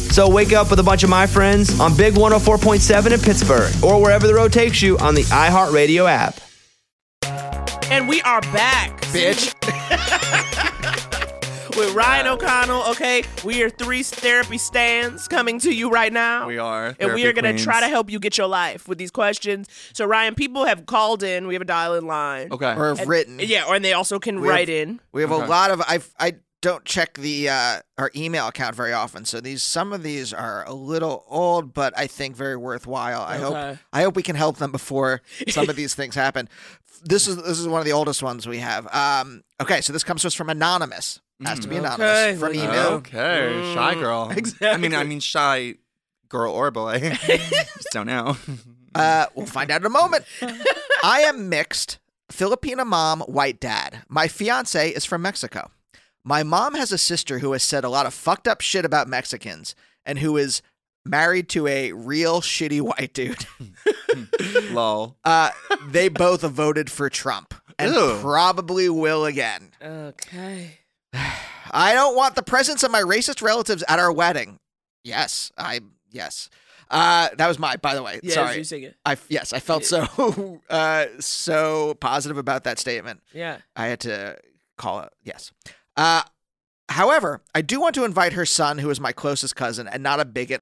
Speaker 6: So wake up with a bunch of my friends on Big 104.7 in Pittsburgh or wherever the road takes you on the iHeartRadio app.
Speaker 1: And we are back
Speaker 2: bitch.
Speaker 1: with Ryan O'Connell. Okay, we are three therapy stands coming to you right now.
Speaker 9: We are
Speaker 1: And we
Speaker 9: therapy
Speaker 1: are going to try
Speaker 9: queens.
Speaker 1: to help you get your life with these questions. So, Ryan, people have called in. We have a dial in line.
Speaker 9: Okay.
Speaker 2: or have written.
Speaker 1: Yeah, or, and they also can
Speaker 2: We have-
Speaker 1: write in.
Speaker 2: We have a
Speaker 9: Okay.
Speaker 2: lot of I I don't check the uh, our email account very often, so these some of these are a little old, but I think very worthwhile. I hope
Speaker 1: Okay.
Speaker 2: I hope we can help them before some of these things happen. This is this is one of the oldest ones we have. Um, okay, so this comes to us from anonymous. Has to be anonymous
Speaker 1: Okay,
Speaker 2: from
Speaker 1: we
Speaker 2: email.
Speaker 1: know.
Speaker 9: Mm. Okay,
Speaker 2: Mm.
Speaker 9: shy girl. I mean, I mean, shy girl or boy. Just don't know.
Speaker 2: Uh, we'll find out in a moment. I am mixed, Filipina mom, white dad. My fiance is from Mexico. My mom has a sister who has said a lot of fucked up shit about Mexicans and who is married to a real shitty white dude.
Speaker 9: Lol.
Speaker 2: Uh, they both voted for Trump and
Speaker 9: Ew.
Speaker 2: probably will again.
Speaker 1: Okay.
Speaker 2: I don't want the presence of my racist relatives at our wedding. Yes, I, yes. Uh, that was my, by the way.
Speaker 1: Yeah,
Speaker 2: Sorry.
Speaker 1: you sing it.
Speaker 2: I yes, I felt so uh, so positive about that statement.
Speaker 1: Yeah.
Speaker 2: I had to call it yes. Uh, however, I do want to invite her son, who is my closest cousin and not a bigot.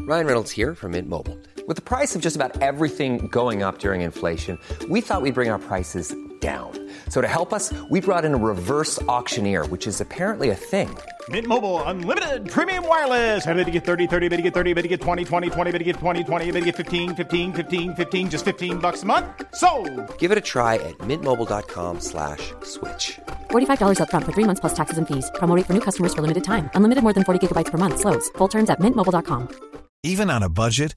Speaker 12: Ryan Reynolds here from Mint Mobile. With the price of just about everything going up during inflation, we thought we'd bring our prices down. So to help us, we brought in a reverse auctioneer, which is apparently a thing.
Speaker 13: Mint Mobile unlimited premium wireless. Ready to get 30, 30, bit to get 30, bit to get 20, 20, 20, bit to get 20, 20, bit to get 15, 15, 15, 15 just 15 bucks a month. So,
Speaker 12: Give it a try at mintmobile.com slash switch.
Speaker 3: $45 up front for three months plus taxes and fees. Promo rate for new customers for limited time. Unlimited more than 40 gigabytes per month. Slows. Full terms at mintmobile.com.
Speaker 13: even on a budget,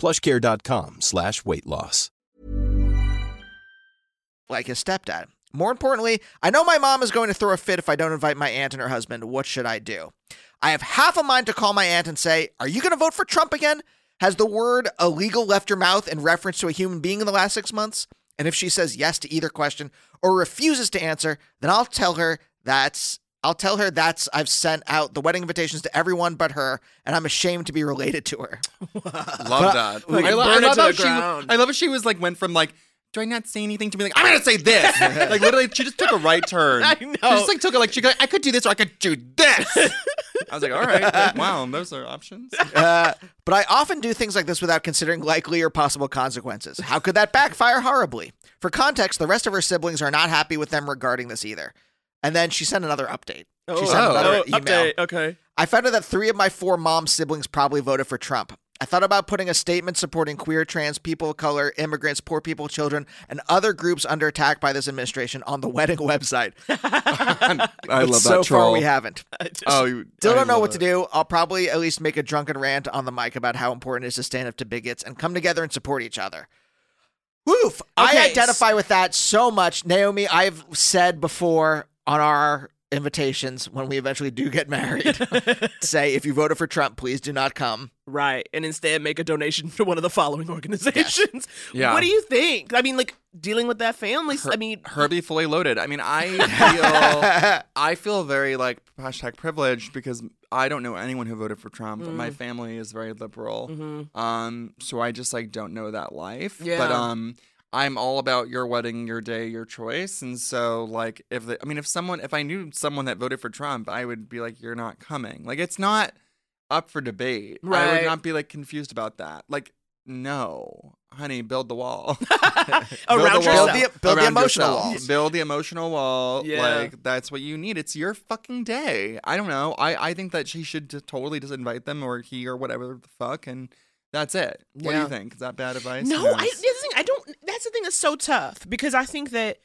Speaker 14: plushcare.com slash weight loss.
Speaker 2: like his stepdad. More importantly, I know my mom is going to throw a fit if I don't invite my aunt and her husband. What should I do? I have half a mind to call my aunt and say, Are you going to vote for Trump again? Has the word illegal left your mouth in reference to a human being in the last six months? And if she says yes to either question or refuses to answer, then I'll tell her that's. I'll tell her that's I've sent out the wedding invitations to everyone but her, and I'm ashamed to be related to her.
Speaker 9: Love that.
Speaker 2: Uh, Like,
Speaker 9: I, lo-
Speaker 2: burn
Speaker 9: I love
Speaker 2: it to
Speaker 9: how
Speaker 2: the
Speaker 9: she.
Speaker 2: ground.
Speaker 9: I love how she was like went from like do I not say anything to be like, I'm gonna say this? like literally, she just took a right turn.
Speaker 1: I
Speaker 9: She
Speaker 1: know.
Speaker 9: just like took a like she go, I could do this or I could do this. I was like, all right, like, wow, those are options.
Speaker 2: Uh, but I often do things like this without considering likely or possible consequences. How could that backfire horribly? For context, the rest of her siblings are not happy with them regarding this either. And then she sent another update.
Speaker 1: Oh,
Speaker 2: she sent
Speaker 1: oh,
Speaker 2: another
Speaker 1: oh,
Speaker 2: email.
Speaker 1: update, okay.
Speaker 2: I found out that three of my four mom siblings probably voted for Trump. I thought about putting a statement supporting queer, trans, people of color, immigrants, poor people, children, and other groups under attack by this administration on the wedding website.
Speaker 9: I
Speaker 2: But
Speaker 9: love
Speaker 2: so
Speaker 9: that
Speaker 2: far
Speaker 9: troll.
Speaker 2: we haven't.
Speaker 9: Oh, you-
Speaker 2: Still
Speaker 9: I
Speaker 2: don't know
Speaker 9: love
Speaker 2: what to
Speaker 9: it.
Speaker 2: do. I'll probably at least make a drunken rant on the mic about how important it is to stand up to bigots and come together and support each other. Woof!
Speaker 1: Okay,
Speaker 2: I
Speaker 1: s-
Speaker 2: identify with that so much. Naomi, I've said before on our invitations when we eventually do get married, say if you voted for Trump, please do not come.
Speaker 1: Right. And instead make a donation to one of the following organizations.
Speaker 9: Yeah.
Speaker 1: What do you think? I mean, like dealing with that family. I mean,
Speaker 9: Herbie fully loaded. I mean, I feel I feel very like hashtag privileged because I don't know anyone who voted for Trump.
Speaker 1: Mm.
Speaker 9: My family is very liberal,
Speaker 1: Mhm.
Speaker 9: um, so I just like don't know that life. But
Speaker 1: Yeah.
Speaker 9: um, I'm all about your wedding, your day, your choice. And so like if the, I mean if someone if I knew someone that voted for Trump, I would be like, you're not coming. Like it's not up for debate. I
Speaker 1: Right.
Speaker 9: would not be like confused about that. Like no, honey, build the wall.
Speaker 1: Oh,
Speaker 9: build
Speaker 1: Around
Speaker 9: the wall.
Speaker 1: yourself. Build the-
Speaker 2: build the
Speaker 9: Around
Speaker 2: emotional
Speaker 9: yourself.
Speaker 2: walls.
Speaker 9: Build the emotional wall.
Speaker 1: Yeah.
Speaker 9: Like that's what you need. It's your fucking day. I don't know. I I think that she should just totally just invite them or he or whatever the fuck and that's it. What do
Speaker 1: Yeah.
Speaker 9: you think? Is that bad advice?
Speaker 1: No,
Speaker 9: Who
Speaker 1: I, that's
Speaker 9: knows?
Speaker 1: the thing. I don't. That's the thing that's so tough because I think that,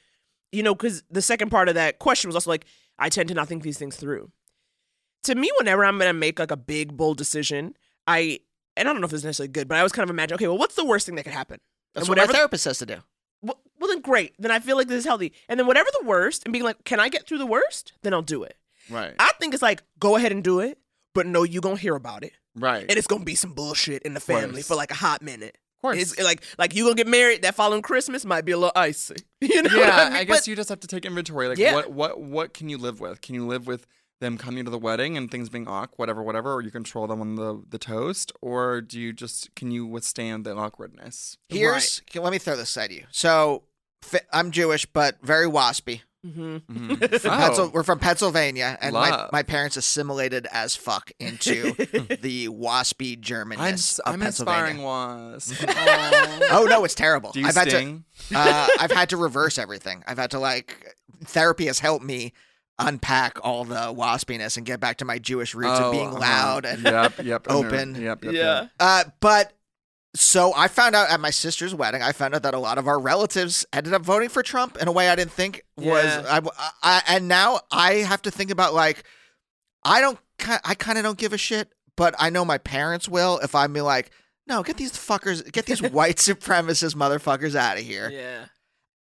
Speaker 1: you know, because the second part of that question was also like, I tend to not think these things through. To me, whenever I'm going to make like a big, bold decision, I, and I don't know if this is necessarily good, but I always kind of imagine, okay, well, what's the worst thing that could happen?
Speaker 2: That's
Speaker 1: And
Speaker 2: what my therapist says to do.
Speaker 1: well, well, then great. Then I feel like this is healthy. And then whatever the worst, and being like, can I get through the worst? Then I'll do it.
Speaker 9: Right.
Speaker 1: I think it's like, go ahead and do it, but no, you're going to hear about it.
Speaker 9: Right.
Speaker 1: And it's going to be some bullshit in the
Speaker 9: course.
Speaker 1: family for like a hot minute. Of
Speaker 9: course.
Speaker 1: It's like, like you going to get married that following Christmas might be a little icy. You know
Speaker 9: yeah,
Speaker 1: what I
Speaker 9: I,
Speaker 1: mean?
Speaker 9: guess
Speaker 1: But-
Speaker 9: you just have to take inventory. Like,
Speaker 1: Yeah.
Speaker 9: what, what, what can you live with? Can you live with them coming to the wedding and things being awkward, whatever, whatever, or you control them on the the toast, or do you just can you withstand the awkwardness?
Speaker 2: Here's can- let me throw this at you. So fi- I'm Jewish, but very waspy.
Speaker 1: Mm-hmm.
Speaker 9: Mhm.
Speaker 2: From
Speaker 9: Oh.
Speaker 2: Pennsyl- we're from Pennsylvania, and my,
Speaker 9: Love.
Speaker 2: my parents assimilated as fuck into the waspy Germanness
Speaker 9: I'm, s-
Speaker 2: of
Speaker 9: I'm
Speaker 2: Pennsylvania.
Speaker 9: inspiring was.
Speaker 2: Oh no, it's terrible.
Speaker 9: Do you
Speaker 2: I've had
Speaker 9: sting?
Speaker 2: to, uh, I've had to reverse everything. I've had to like therapy has helped me unpack all the waspiness and get back to my Jewish roots of being loud and
Speaker 9: Oh, uh-huh. yep, yep, I know.
Speaker 2: open.
Speaker 9: Yep, yep,
Speaker 1: Yeah.
Speaker 9: yep.
Speaker 2: Uh, but so I found out at my sister's wedding, I found out that a lot of our relatives ended up voting for Trump in a way I didn't think was.
Speaker 1: Yeah.
Speaker 2: I, I- and now I have to think about like, I don't, ki- I kind of don't give a shit, but I know my parents will if I'm be like, no, get these fuckers, get these white supremacist motherfuckers out of here.
Speaker 1: yeah.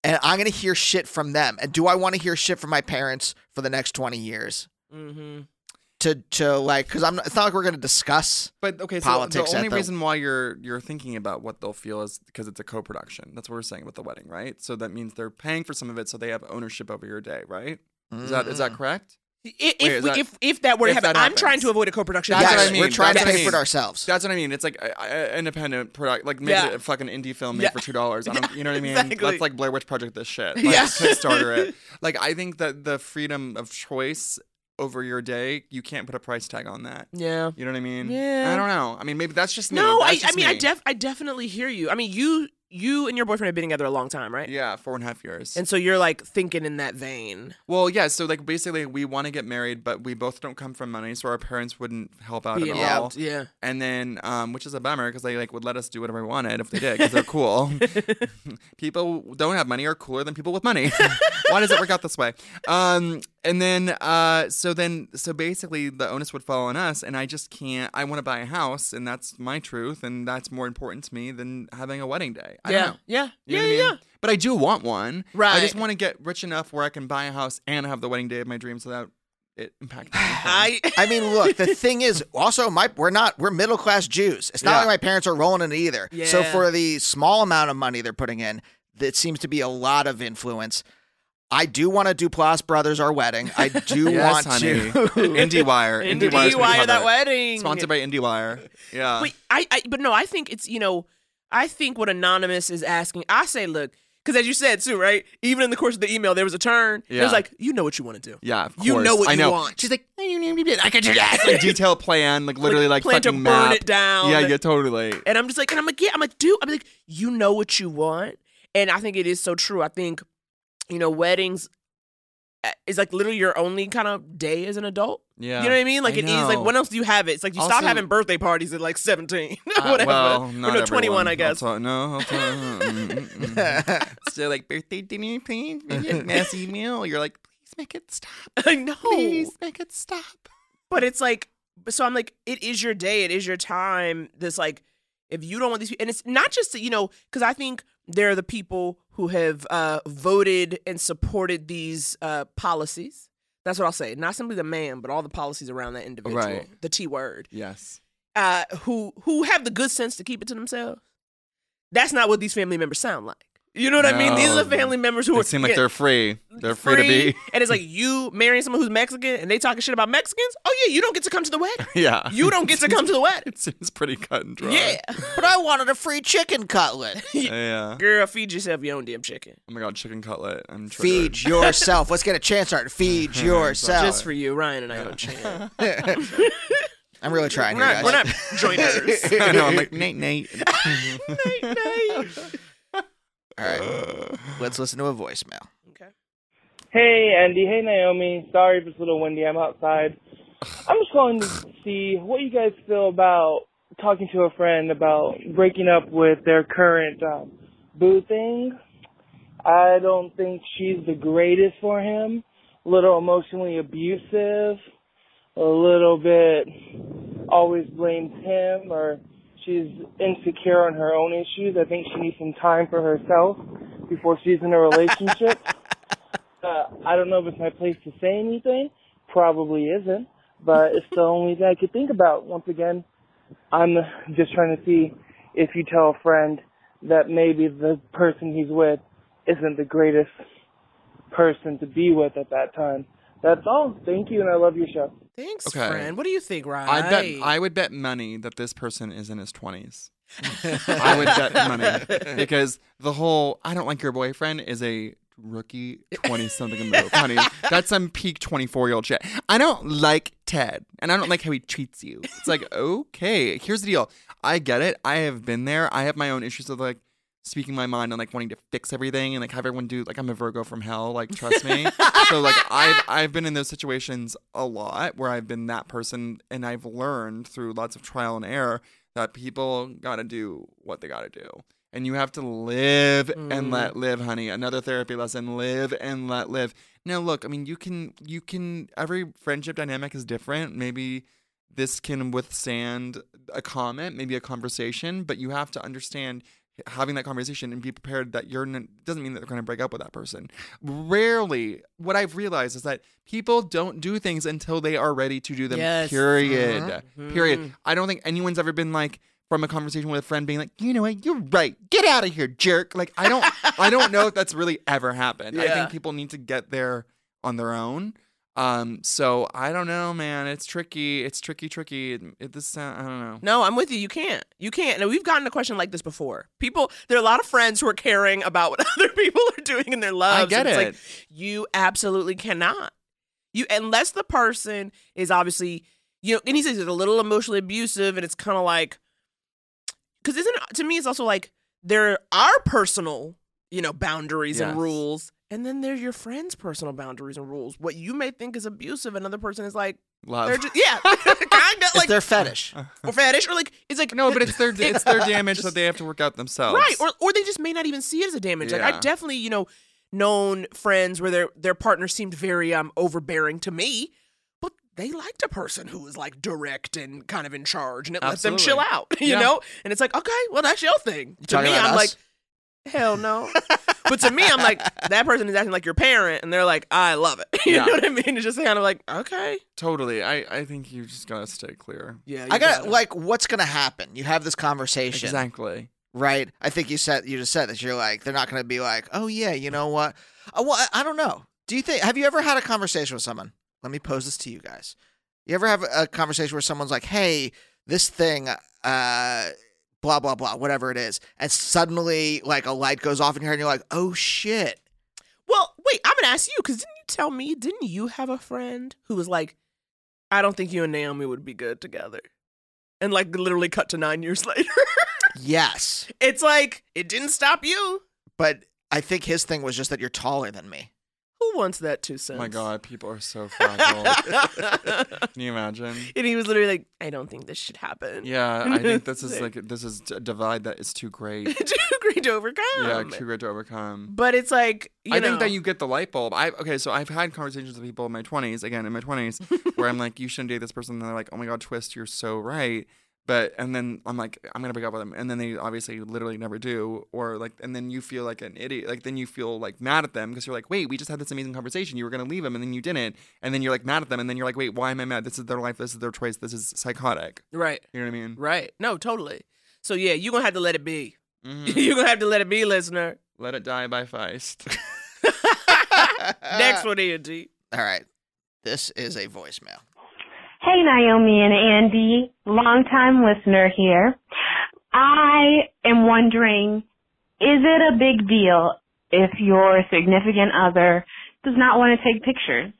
Speaker 2: And I'm going to hear shit from them. And do I want to hear shit from my parents for the next 20 years?
Speaker 1: Mm-hmm.
Speaker 2: To, to like, because I'm not, it's not like we're going to discuss.
Speaker 9: But okay, so
Speaker 2: politics
Speaker 9: the
Speaker 2: at
Speaker 9: only
Speaker 2: the-
Speaker 9: reason why you're you're thinking about what they'll feel is because it's a co-production. That's what we're saying with the wedding, right? So that means they're paying for some of it, so they have ownership over your day, right? Is that is
Speaker 2: Mm.
Speaker 9: that correct?
Speaker 1: I-
Speaker 9: Wait,
Speaker 1: If,
Speaker 9: is
Speaker 1: we,
Speaker 9: that-
Speaker 1: if, if that were to
Speaker 9: if
Speaker 1: happen,
Speaker 9: that
Speaker 1: I'm trying
Speaker 9: happens.
Speaker 1: to avoid a co production.
Speaker 9: That's what
Speaker 2: Yes,
Speaker 9: I mean.
Speaker 2: we're trying
Speaker 9: That's
Speaker 2: to
Speaker 9: what I
Speaker 2: pay for it
Speaker 9: mean.
Speaker 2: ourselves.
Speaker 9: That's what I mean. It's like a, a, a independent product, like make
Speaker 1: Yeah.
Speaker 9: it a fucking indie film made
Speaker 1: Yeah.
Speaker 9: for two dollars. I don't, you know what I mean?
Speaker 1: Exactly.
Speaker 9: Let's like Blair Witch Project this shit. Like,
Speaker 1: Yeah.
Speaker 9: Kickstarter it. Like I think that the freedom of choice over your day, you can't put a price tag on that.
Speaker 1: Yeah.
Speaker 9: You know what I mean?
Speaker 1: Yeah.
Speaker 9: I don't know. I mean, maybe that's just me.
Speaker 1: No,
Speaker 9: That's
Speaker 1: I, I
Speaker 9: just
Speaker 1: mean, I,
Speaker 9: me.
Speaker 1: def- I definitely hear you. I mean, you you and your boyfriend have been together a long time, right?
Speaker 9: yeah, four and a half years.
Speaker 1: And so you're like thinking in that vein.
Speaker 9: Well, yeah. So like basically, we want to get married, but we both don't come from money, so our parents wouldn't help out
Speaker 1: Be
Speaker 9: at all.
Speaker 1: involved, yeah.
Speaker 9: And then, um, which is a bummer because they like would let us do whatever we wanted if they did because they're cool. people who don't have money are cooler than people with money. Why does it work out this way? Um, and then, uh, so then, so basically, the onus would fall on us, and I just can't. I want to buy a house, and that's my truth, and that's more important to me than having a wedding day. I
Speaker 1: yeah.
Speaker 9: don't know.
Speaker 1: yeah.
Speaker 9: You know what
Speaker 1: Yeah.
Speaker 9: I
Speaker 1: Yeah.
Speaker 9: mean? But I do want one. I
Speaker 1: Right.
Speaker 9: just want to get rich enough where I can buy a house and have the wedding day of my dreams without it impacting. anything.
Speaker 1: I
Speaker 2: I mean, look, the thing is, also, my we're not we're middle class Jews. It's not
Speaker 9: Yeah.
Speaker 2: like my parents are rolling in either. So
Speaker 1: Yeah.
Speaker 2: for the small amount of money they're putting in, that seems to be a lot of influence. I do want to do Duplass Brothers our wedding. I do
Speaker 9: yes,
Speaker 2: want
Speaker 9: honey.
Speaker 2: to.
Speaker 9: IndieWire.
Speaker 1: Indie
Speaker 9: IndieWire's gonna
Speaker 1: wire
Speaker 9: cover
Speaker 1: that
Speaker 9: it.
Speaker 1: wedding.
Speaker 9: Sponsored by IndieWire. Yeah.
Speaker 1: Wait, I, I, but no, I think it's you know, I think what anonymous is asking. I say, look, Because as you said too, right? Even in the course of the email, there was a turn. It
Speaker 9: Yeah.
Speaker 1: was like, you know what you want to do.
Speaker 9: Yeah, of course.
Speaker 1: You know what
Speaker 9: I
Speaker 1: you
Speaker 9: know.
Speaker 1: want.
Speaker 9: She's like,
Speaker 1: I
Speaker 9: could do that. a detailed plan, like literally like,
Speaker 1: plan to
Speaker 9: fucking
Speaker 1: burn
Speaker 9: map.
Speaker 1: it down.
Speaker 9: Yeah, yeah, totally.
Speaker 1: And I'm just like, and I'm like, yeah, I'm like, dude, I'm like, you know what you want. And I think it is so true. I think, you know, weddings uh, is like literally your only kind of day as an adult.
Speaker 9: Yeah.
Speaker 1: You know what I mean? Like
Speaker 9: I
Speaker 1: it is like
Speaker 9: know.
Speaker 1: when else do you have it? It's like you stop
Speaker 9: Also-
Speaker 1: having birthday parties at like 17.
Speaker 9: Uh,
Speaker 1: Whatever.
Speaker 9: well,
Speaker 1: Or
Speaker 9: not
Speaker 1: no, 21,
Speaker 9: everyone.
Speaker 1: I guess.
Speaker 9: Also, no. also- mm, mm, mm. so like birthday dinner, please. make it Mass email. You're like, please make it stop.
Speaker 1: I know.
Speaker 9: Please make it stop.
Speaker 1: But it's like, so I'm like, it is your day, it is your time. This like, if you don't want these people, and it's not just that, you know, because I think there are the people who have uh, voted and supported these uh, policies. That's what I'll say. Not simply the man, but all the policies around that individual.
Speaker 9: Right.
Speaker 1: The T word.
Speaker 9: Yes.
Speaker 1: Uh, who who have the good sense to keep it to themselves. That's not what these family members sound like. You know what I mean? These are
Speaker 9: No.
Speaker 1: family members who
Speaker 9: They
Speaker 1: are
Speaker 9: seem like
Speaker 1: yeah,
Speaker 9: they're free. They're free, to
Speaker 1: and it's like you marrying someone who's Mexican and they talking shit about Mexicans. Oh yeah, you don't get to come to the wedding.
Speaker 9: be. yeah.
Speaker 1: You don't get to come to the wedding.
Speaker 9: It seems pretty cut and dry.
Speaker 1: Yeah,
Speaker 2: But I wanted a free chicken cutlet.
Speaker 9: Yeah.
Speaker 1: girl, feed yourself your own damn chicken.
Speaker 9: Oh my god, chicken cutlet. I'm triggered.
Speaker 2: Feed yourself. Let's get a chance art. Feed yourself.
Speaker 1: Just for you, Ryan and I got a chance.
Speaker 2: I'm really trying
Speaker 1: We're
Speaker 2: here,
Speaker 1: not, we're not
Speaker 2: guys.
Speaker 1: joiners.
Speaker 9: I know. I'm like night night.
Speaker 2: All right. Let's listen to a voicemail.
Speaker 11: Hey, Andy. Hey, Naomi. Sorry if it's a little windy. I'm outside. I'm just calling to see what you guys feel about talking to a friend about breaking up with their current um, boo thing. I don't think she's the greatest for him. A little emotionally abusive. A little bit always blames him or she's insecure on her own issues. I think she needs some time for herself before she's in a relationship. Uh, I don't know if it's my place to say anything. Probably isn't, but it's the only thing I could think about. Once again, I'm just trying to see if you tell a friend that maybe the person he's with isn't the greatest person to be with at that time. That's all. Thank you, and I love your show.
Speaker 1: Thanks,
Speaker 9: Okay.
Speaker 1: friend. What do you think, Ryan?
Speaker 9: I bet I would bet money that this person is in his twenties. I would bet money because the whole "I don't like your boyfriend" is a rookie twenty-something move, honey. That's some peak twenty-four-year-old shit. I don't like Ted, and I don't like how he treats you. It's like okay, here's the deal. I get it. I have been there. I have my own issues with like speaking my mind and like wanting to fix everything and like have everyone do like I'm a Virgo from hell. Like trust me. so like I've I've been in those situations a lot where I've been that person and I've learned through lots of trial and error that people gotta do what they gotta do. And you have to live and
Speaker 14: Mm.
Speaker 9: let live, honey. Another therapy lesson, live and let live. Now look, I mean you can you can every friendship dynamic is different. Maybe this can withstand a comment, maybe a conversation, but you have to understand having that conversation and be prepared that you're n- doesn't mean that they're going to break up with that person. Rarely, what I've realized is that people don't do things until they are ready to do them.
Speaker 14: Yes.
Speaker 9: Period.
Speaker 14: Mhm.
Speaker 9: Period. I don't think anyone's ever been like from a conversation with a friend being like, "You know what? You're right. Get out of here, jerk." Like I don't I don't know if that's really ever happened. I
Speaker 14: Yeah.
Speaker 9: think people need to get there on their own. Um, so I don't know, man. It's tricky. It's tricky, tricky. It, it- this sound, I don't know.
Speaker 1: No, I'm with you. You can't. You can't. And we've gotten a question like this before. People, there are a lot of friends who are caring about what other people are doing in their lives.
Speaker 9: get
Speaker 1: and it's
Speaker 9: it.
Speaker 1: Like, you absolutely cannot. You unless the person is obviously you know, and he says it's a little emotionally abusive, and it's kind of like because isn't it- to me it's also like there are personal you know boundaries
Speaker 9: Yes.
Speaker 1: and rules, and then there's your friend's personal boundaries and rules. What you may think is abusive, another person is like
Speaker 9: Love.
Speaker 1: they're just, yeah, kind of
Speaker 2: It's
Speaker 1: like
Speaker 2: their fetish.
Speaker 1: or fetish, or like it's like
Speaker 9: no, but Uh, it's their it's their damage that they have to work out themselves.
Speaker 1: right, or or they just may not even see it as a damage. Like
Speaker 9: Yeah.
Speaker 1: I've definitely you know known friends where their their partner seemed very um overbearing to me, but they liked a person who was like direct and kind of in charge, and it let them chill
Speaker 9: Absolutely.
Speaker 1: out, you
Speaker 9: Yeah.
Speaker 1: know. And it's like okay, well that's your thing. To
Speaker 2: Talking
Speaker 1: me,
Speaker 2: about
Speaker 1: I'm
Speaker 2: us?
Speaker 1: like. Hell no. but to me, I'm like, that person is acting like your parent, and they're like, I love it. You
Speaker 9: Yeah.
Speaker 1: know what I mean? It's just kind of like, okay.
Speaker 9: Totally. I, I think you just gotta stay clear.
Speaker 1: Yeah.
Speaker 2: I got to like what's gonna happen? You have this conversation.
Speaker 9: Exactly.
Speaker 2: Right? I think you said you just said this. You're like, they're not gonna be like, oh yeah, you know what? Uh, well, I, I don't know. Do you think have you ever had a conversation with someone? Let me pose this to you guys. You ever have a conversation where someone's like, hey, this thing uh blah blah blah, whatever it is, and suddenly like a light goes off in your head, and you're like, oh shit.
Speaker 1: Well, wait, I'm gonna ask you because didn't you tell me? Didn't you have a friend who was like, "I don't think you and Naomi would be good together," and like literally cut to nine years later.
Speaker 2: Yes,
Speaker 1: it's like it didn't stop you.
Speaker 2: but I think his thing was just that you're taller than me.
Speaker 1: Who wants that two cents?
Speaker 9: my God, people are so fragile. Can you imagine?
Speaker 1: and he was literally like, "I don't think this should happen."
Speaker 9: Yeah, I think this is like this is a divide that is too great.
Speaker 1: too great to overcome.
Speaker 9: yeah, too great to overcome.
Speaker 1: But it's like you
Speaker 9: I
Speaker 1: know,
Speaker 9: think that you get the light bulb. I okay, so I've had conversations with people in my twenties, again in my twenties, where I'm like, you shouldn't date this person, and they're like, oh my god, twist, you're so right. But and then I'm like, I'm gonna break up with them, and then they obviously literally never do, or like, and then you feel like an idiot, like then you feel like mad at them because you're like, wait, we just had this amazing conversation, you were gonna leave them, and then you didn't, and then you're like mad at them, and then you're like, wait, why am I mad? This is their life, this is their choice, this is psychotic.
Speaker 1: right,
Speaker 9: You know what I mean?
Speaker 1: right. No, totally. So yeah, you're gonna have to let it be.
Speaker 9: Mhm.
Speaker 1: you're gonna have to let it be, listener.
Speaker 9: Let it die by Feist.
Speaker 1: Next one, Angie.
Speaker 2: All right, this is a voicemail.
Speaker 15: Hey, Naomi and Andy, longtime listener here. I am wondering, is it a big deal if your significant other does not want to take pictures?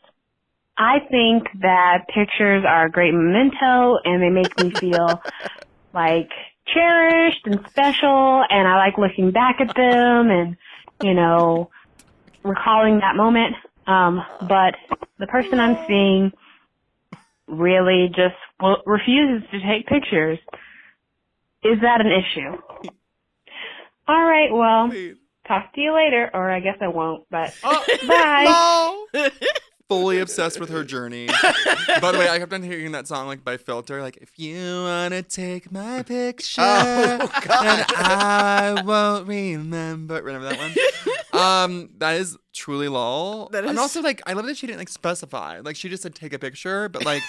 Speaker 15: I think that pictures are a great memento and they make me feel like cherished and special and I like looking back at them and, you know, recalling that moment. Um, but the person I'm seeing really just w- refuses to take pictures. Is that an issue? All right, well, talk to you later, or I guess I won't, but oh, bye.
Speaker 9: fully obsessed with her journey. by the way, I kept on hearing that song like by Filter, like if you wanna take
Speaker 2: Oh,
Speaker 9: my picture, then I won't remember. Remember that one? um, that is truly lol.
Speaker 1: That
Speaker 9: And
Speaker 1: is-
Speaker 9: also like, I love that she didn't like specify. Like she just said take a picture, but like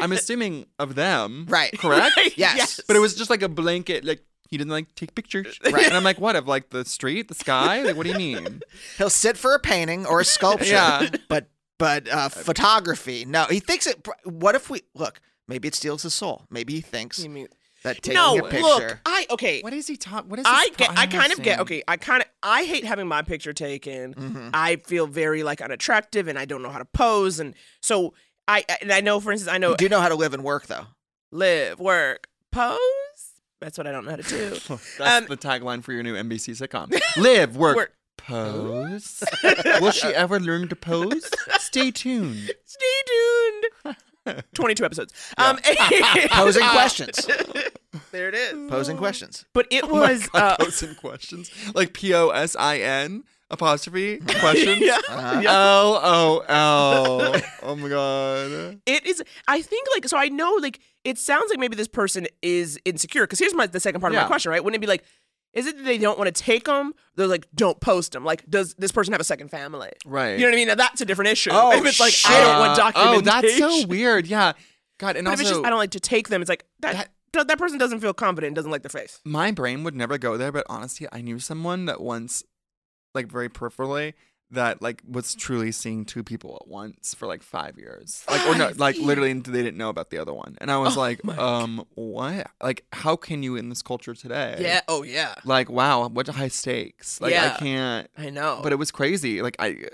Speaker 9: I'm assuming of them,
Speaker 2: Right.
Speaker 9: Correct?
Speaker 2: Right, Yes. yes.
Speaker 9: But it was just like a blanket, like. He didn't like take pictures, right? And I'm like, what of like the street, the sky? Like, what do you mean?
Speaker 2: He'll sit for a painting or a sculpture,
Speaker 9: Yeah.
Speaker 2: but but uh, photography. No, he thinks it. What if we look? Maybe it steals his soul. Maybe he thinks
Speaker 1: You mean-
Speaker 2: that taking
Speaker 1: no,
Speaker 2: a picture.
Speaker 1: look, I okay.
Speaker 9: What is he talking? What is
Speaker 1: I
Speaker 9: this pro-
Speaker 1: get, I
Speaker 9: don't
Speaker 1: kind of get
Speaker 9: understand.
Speaker 1: okay. I kind of I hate having my picture taken.
Speaker 9: Mm-hmm.
Speaker 2: Mhm.
Speaker 1: I feel very like unattractive, and I don't know how to pose, and so I and I know, for instance, I know
Speaker 2: You do know how to live and work though.
Speaker 1: live, work, pose. That's what I don't know how to do.
Speaker 9: That's the tagline for your new NBC sitcom. Live, work,
Speaker 1: Um, Work.
Speaker 9: pose. Will she ever learn to pose? Stay tuned.
Speaker 1: Stay tuned. Twenty-two episodes. Um,
Speaker 2: Posing questions.
Speaker 1: there it is.
Speaker 2: Posing questions.
Speaker 1: But it
Speaker 9: Oh my
Speaker 1: was
Speaker 9: God,
Speaker 1: uh,
Speaker 9: those in questions like P O S I N apostrophe questions.
Speaker 1: Yeah.
Speaker 9: Uh,
Speaker 1: Yeah.
Speaker 9: L O L. Oh my god.
Speaker 1: It is. I think like so. I know like it sounds like maybe this person is insecure. Because here's my the second part of
Speaker 9: Yeah.
Speaker 1: my question. Right? Wouldn't it be like, is it that they don't want to take them? They're like, don't post them. Like, does this person have a second family?
Speaker 9: Right.
Speaker 1: You know what I mean? Now that's a different issue.
Speaker 2: Oh,
Speaker 1: if it's like I don't want
Speaker 9: Uh, Oh,
Speaker 1: documentation.
Speaker 9: that's so weird. Yeah. God, and
Speaker 1: But if
Speaker 9: also
Speaker 1: it's just I don't like to take them, it's like that. That, that person doesn't feel confident and doesn't like their face.
Speaker 9: my brain would never go there, but honestly, I knew someone that once, like very peripherally, that like was truly seeing two people at once for like five years, like or no, like literally they didn't know about the other one, and I was
Speaker 1: Oh
Speaker 9: like,
Speaker 1: my
Speaker 9: um, what? Like, how can you in this culture today?
Speaker 1: Yeah. Oh yeah.
Speaker 9: Like, wow, what high stakes? Like,
Speaker 1: Yeah.
Speaker 9: I can't.
Speaker 1: I know.
Speaker 9: But it was crazy. Like, I,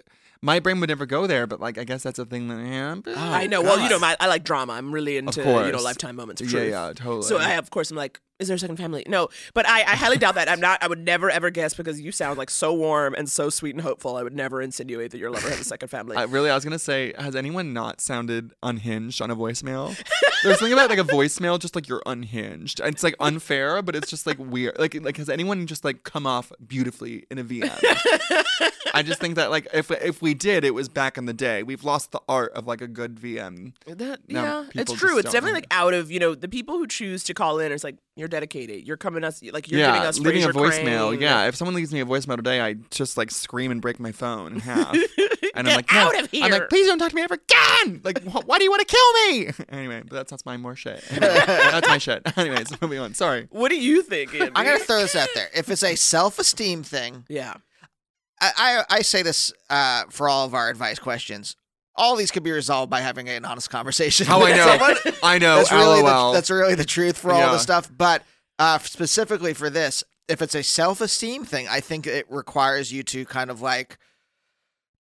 Speaker 9: my brain would never go there, but like, I guess that's a thing that happens.
Speaker 1: I know. Well, you know, my, I like drama. I'm really into you know
Speaker 9: Oh, course.
Speaker 1: lifetime moments of
Speaker 9: Yeah,
Speaker 1: truth.
Speaker 9: yeah, totally.
Speaker 1: So I, of course, I'm like, is there a second family? No, but I, I highly doubt that. I'm not. I would never ever guess because you sound like so warm and so sweet and hopeful. I would never insinuate that your lover has a second family.
Speaker 9: I really, I was gonna say, has anyone not sounded unhinged on a voicemail? There's something about like a voicemail, just like you're unhinged. It's like unfair, but it's just like weird. Like, like has anyone just like come off beautifully in a VM? I just think that like if if we did, it was back in the day. We've lost the art of like a good VM.
Speaker 1: that
Speaker 9: No,
Speaker 1: yeah, it's
Speaker 9: people
Speaker 1: true.
Speaker 9: just
Speaker 1: It's
Speaker 9: don't
Speaker 1: definitely like out of you know the people who choose to call in. It's like you're dedicated. You're coming us like you're
Speaker 9: yeah,
Speaker 1: giving us
Speaker 9: leaving a
Speaker 1: Fraser
Speaker 9: voicemail.
Speaker 1: Crane.
Speaker 9: Yeah, if someone leaves me a voicemail today, I just like scream and break my phone in half. And I'm like, no.
Speaker 1: out of
Speaker 9: I'm
Speaker 1: here.
Speaker 9: like, please don't talk to me ever again. Like, wh- why do you want to kill me? anyway, but that's that's my more shit. Anyway, that's my shit. Anyways, moving on. Sorry.
Speaker 1: What do you think? Andy?
Speaker 2: I'm gonna throw this out there. If it's a self-esteem thing,
Speaker 1: yeah.
Speaker 2: I I, I say this uh, for all of our advice questions. All these could be resolved by having an honest conversation.
Speaker 9: Oh, I
Speaker 2: with
Speaker 9: know.
Speaker 2: someone.
Speaker 9: I know.
Speaker 2: That's really
Speaker 9: LOL.
Speaker 2: the, that's really the truth for all
Speaker 9: Yeah.
Speaker 2: the stuff. But uh, specifically for this, if it's a self esteem thing, I think it requires you to kind of like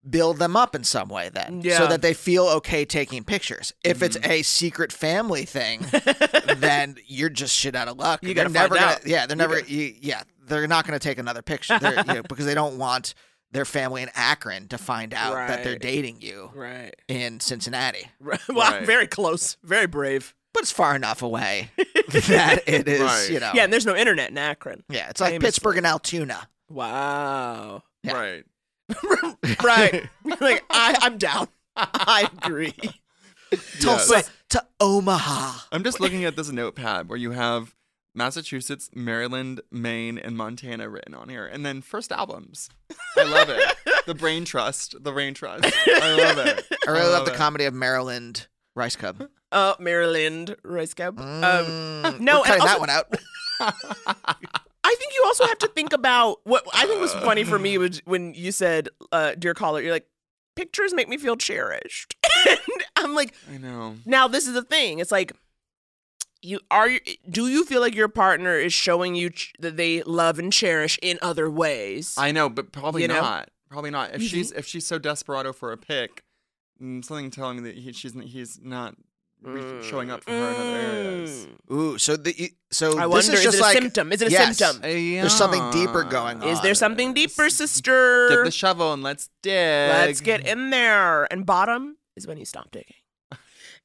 Speaker 2: build them up in some way then so
Speaker 1: Yeah.
Speaker 2: that they feel okay taking pictures. If it's
Speaker 9: Mm-hmm.
Speaker 1: Mhm.
Speaker 2: a secret family thing, then you're just shit out of luck.
Speaker 1: You
Speaker 2: They're
Speaker 1: gotta
Speaker 2: never
Speaker 1: find
Speaker 2: gonna,
Speaker 1: out.
Speaker 2: Yeah, they're
Speaker 1: You
Speaker 2: never.
Speaker 1: gotta-
Speaker 2: You, yeah, they're not going to take another picture They're, you know, because they don't want their family in Akron to find out that they're
Speaker 1: Right.
Speaker 2: dating you
Speaker 1: Right.
Speaker 2: in Cincinnati.
Speaker 1: Right. Well, very close, very brave,
Speaker 2: but it's far enough away that it is. You know,
Speaker 1: Yeah, and there's no internet in Akron.
Speaker 2: Yeah, it's like
Speaker 1: Famously.
Speaker 2: Pittsburgh and Altoona.
Speaker 1: Wow.
Speaker 9: Right.
Speaker 1: right. like I, I'm down. I agree.
Speaker 2: Tulsa to Omaha.
Speaker 9: I'm just looking at this notepad where you have Massachusetts, Maryland, Maine, and Montana written on here, and then first albums. I love it. The Brain Trust, the Brain Trust. I love it.
Speaker 2: I really love the
Speaker 9: it.
Speaker 2: comedy of Maryland Rice Cub.
Speaker 1: Uh, Maryland Rice Cub.
Speaker 2: Mm,
Speaker 1: um, no,
Speaker 2: we're
Speaker 1: and
Speaker 2: cutting
Speaker 1: also,
Speaker 2: that one out.
Speaker 1: I think you also have to think about what I think was funny for me was when you said, uh, "Dear caller," you're like, "Pictures make me feel cherished," and I'm like,
Speaker 9: I know.
Speaker 1: Now this is the thing. It's like you are you- do you feel like your partner is showing you ch- that they love and cherish in other ways?
Speaker 9: I know, but probably
Speaker 1: You know?
Speaker 9: not. Probably not. If
Speaker 1: You
Speaker 2: Mm-hmm.
Speaker 9: she's if she's so desperado for a pick, mm, something telling me that he, she's he's not re-
Speaker 2: Mm.
Speaker 9: showing up for her in other areas.
Speaker 2: Ooh, so the you- so
Speaker 1: I
Speaker 2: this
Speaker 1: wonder,
Speaker 2: is
Speaker 1: is
Speaker 2: just
Speaker 1: it a
Speaker 2: like
Speaker 1: symptom? Is it a
Speaker 2: yes,
Speaker 1: symptom?
Speaker 2: There's something deeper going on.
Speaker 1: Is there something deeper,
Speaker 9: uh, Get
Speaker 1: sister?
Speaker 9: the shovel and let's dig.
Speaker 1: Let's get in there. And bottom is when you stop digging.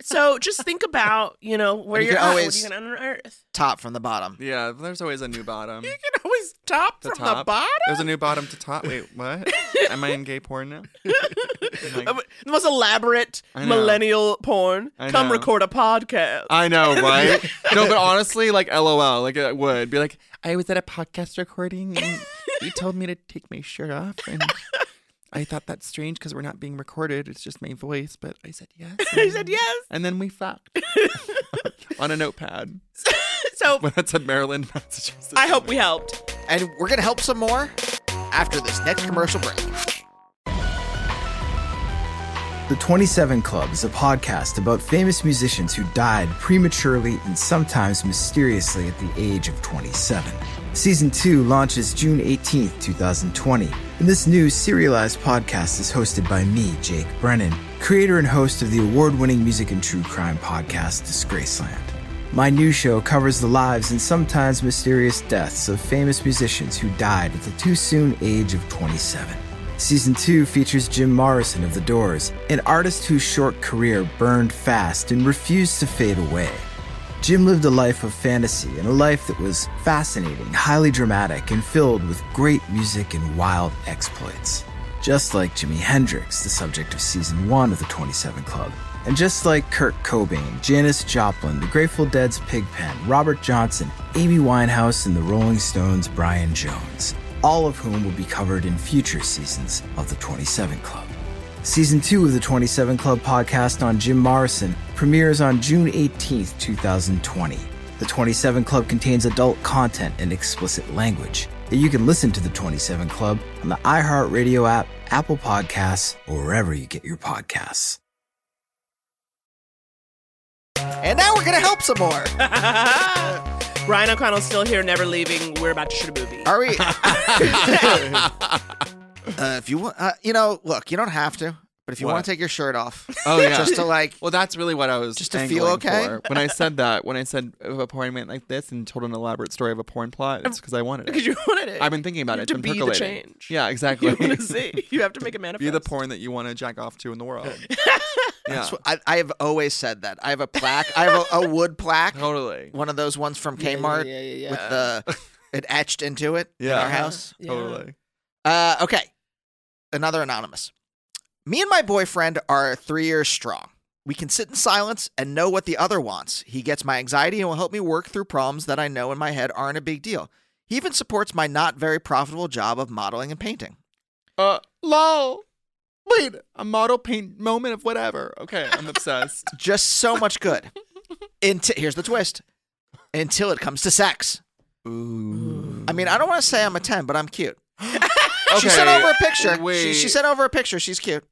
Speaker 1: So just think about, you know, where
Speaker 2: you
Speaker 1: are
Speaker 2: can
Speaker 1: at,
Speaker 2: always-
Speaker 1: what are you going to unearth?
Speaker 2: top from the bottom?
Speaker 9: Yeah, there's always a new bottom. You
Speaker 1: can always top
Speaker 9: to
Speaker 1: from
Speaker 9: top.
Speaker 1: the bottom.
Speaker 9: There's a new bottom to top. Wait, what? Am I in gay porn now? Like,
Speaker 1: The most elaborate
Speaker 9: I know.
Speaker 1: millennial porn.
Speaker 9: I
Speaker 1: Come
Speaker 9: know.
Speaker 1: record a podcast.
Speaker 9: I know, right? no, but honestly, like, lol, like it would be like, I was at a podcast recording and you told me to take my shirt off, and I thought that's strange because we're not being recorded. It's just my voice, but I said yes.
Speaker 1: I said yes.
Speaker 9: And then we fucked on a notepad.
Speaker 1: So
Speaker 9: When that's a Maryland, Massachusetts.
Speaker 1: I hope we helped.
Speaker 2: And we're gonna help some more after this next commercial break.
Speaker 16: The 27 Club is a podcast about famous musicians who died prematurely and sometimes mysteriously at the age of 27. Season 2 launches June 18th, 2020, and this new serialized podcast is hosted by me, Jake Brennan, creator and host of the award winning music and true crime podcast, Disgraceland. My new show covers the lives and sometimes mysterious deaths of famous musicians who died at the too soon age of 27. Season 2 features Jim Morrison of The Doors, an artist whose short career burned fast and refused to fade away. Jim lived a life of fantasy and a life that was fascinating, highly dramatic, and filled with great music and wild exploits. Just like Jimi Hendrix, the subject of season 1 of the 27 Club, and just like Kurt Cobain, Janis Joplin, the Grateful Dead's Pigpen, Robert Johnson, Amy Winehouse, and the Rolling Stones' Brian Jones, all of whom will be covered in future seasons of the 27 Club. Season 2 of the 27 Club podcast on Jim Morrison premieres on June 18th, 2020. The 27 Club contains adult content and explicit language. You can listen to the 27 Club on the iHeartRadio app, Apple Podcasts, or wherever you get your podcasts.
Speaker 2: And now we're gonna help some more.
Speaker 1: Ryan O'Connell's still here, never leaving. We're about to shoot a movie.
Speaker 2: Are we? uh, if you want, uh, you know, look, you don't have to, but if you
Speaker 9: What?
Speaker 2: want to take your shirt off,
Speaker 9: Oh yeah,
Speaker 2: just to like,
Speaker 9: Well, that's really what I was
Speaker 2: Just to feel
Speaker 9: angling
Speaker 2: okay?
Speaker 9: for. When I said that, when I said of a porn went like this and told an elaborate story of a porn plot, it's because I wanted it.
Speaker 1: Because you wanted it.
Speaker 9: I've been thinking about
Speaker 1: You
Speaker 9: it.
Speaker 1: have
Speaker 9: it's
Speaker 1: to
Speaker 9: been
Speaker 1: be the
Speaker 9: percolating.
Speaker 1: change.
Speaker 9: Yeah, exactly.
Speaker 1: You want to see. You have to make a manifest.
Speaker 9: Be the porn that you want to jack off to in the world. yeah.
Speaker 2: That's what- I, I have always said that. I have a plaque. I have a, a wood plaque.
Speaker 9: Totally.
Speaker 2: One of those ones from
Speaker 1: Yeah, yeah,
Speaker 2: Kmart
Speaker 1: yeah, yeah, yeah. Uh-huh.
Speaker 2: with the it etched into it in
Speaker 9: Yeah.
Speaker 2: our house.
Speaker 1: Yeah. Totally.
Speaker 2: Uh, okay. Another anonymous. Me and my boyfriend are three years strong. We can sit in silence and know what the other wants. He gets my anxiety and will help me work through problems that I know in my head aren't a big deal. He even supports my not very profitable job of modeling and painting.
Speaker 9: Uh, lol. Wait, a model paint moment of whatever. Okay, I'm obsessed.
Speaker 2: Just so much good. Until here's the twist. Until it comes to sex. Ooh. I mean, I don't want to say I'm a ten, but I'm cute. She sent
Speaker 9: Okay,
Speaker 2: over a picture. She, she
Speaker 9: wait.
Speaker 2: sent over a picture. She's cute.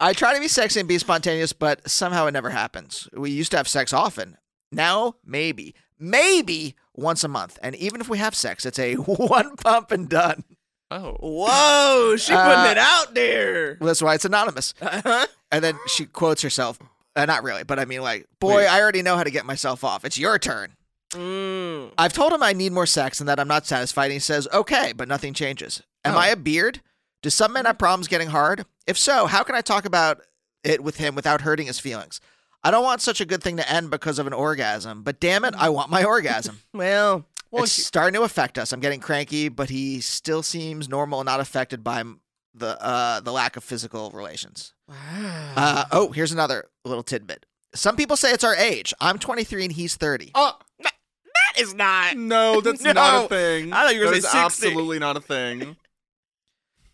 Speaker 2: I try to be sexy and be spontaneous, but somehow it never happens. We used to have sex often. Now, maybe. maybe once a month. And even if we have sex, it's a one pump and done.
Speaker 9: Oh.
Speaker 1: Whoa, she putting
Speaker 2: Uh,
Speaker 1: it out there.
Speaker 2: Well, that's why it's anonymous. And then she quotes herself. Uh, not really, but I mean, like, boy,
Speaker 1: Wait.
Speaker 2: I already know how to get myself off. It's your turn.
Speaker 1: Mm.
Speaker 2: I've told him I need more sex and that I'm not satisfied. And he says, okay, but nothing changes. Am I a beard? Do some men have problems getting hard? If so, how can I talk about it with him without hurting his feelings? I don't want such a good thing to end because of an orgasm, but damn it, I want my orgasm.
Speaker 1: Well,
Speaker 2: it's starting to affect us. I'm getting cranky, but he still seems normal and not affected by m- the uh, the lack of physical relations. Wow. Uh, oh, here's another little tidbit. Some people say it's our age. I'm 23 and he's 30.
Speaker 9: Oh,
Speaker 1: that is not.
Speaker 9: No, that's not a thing.
Speaker 2: I thought you were
Speaker 9: That
Speaker 2: gonna
Speaker 9: is
Speaker 2: say 60.
Speaker 9: absolutely not a thing.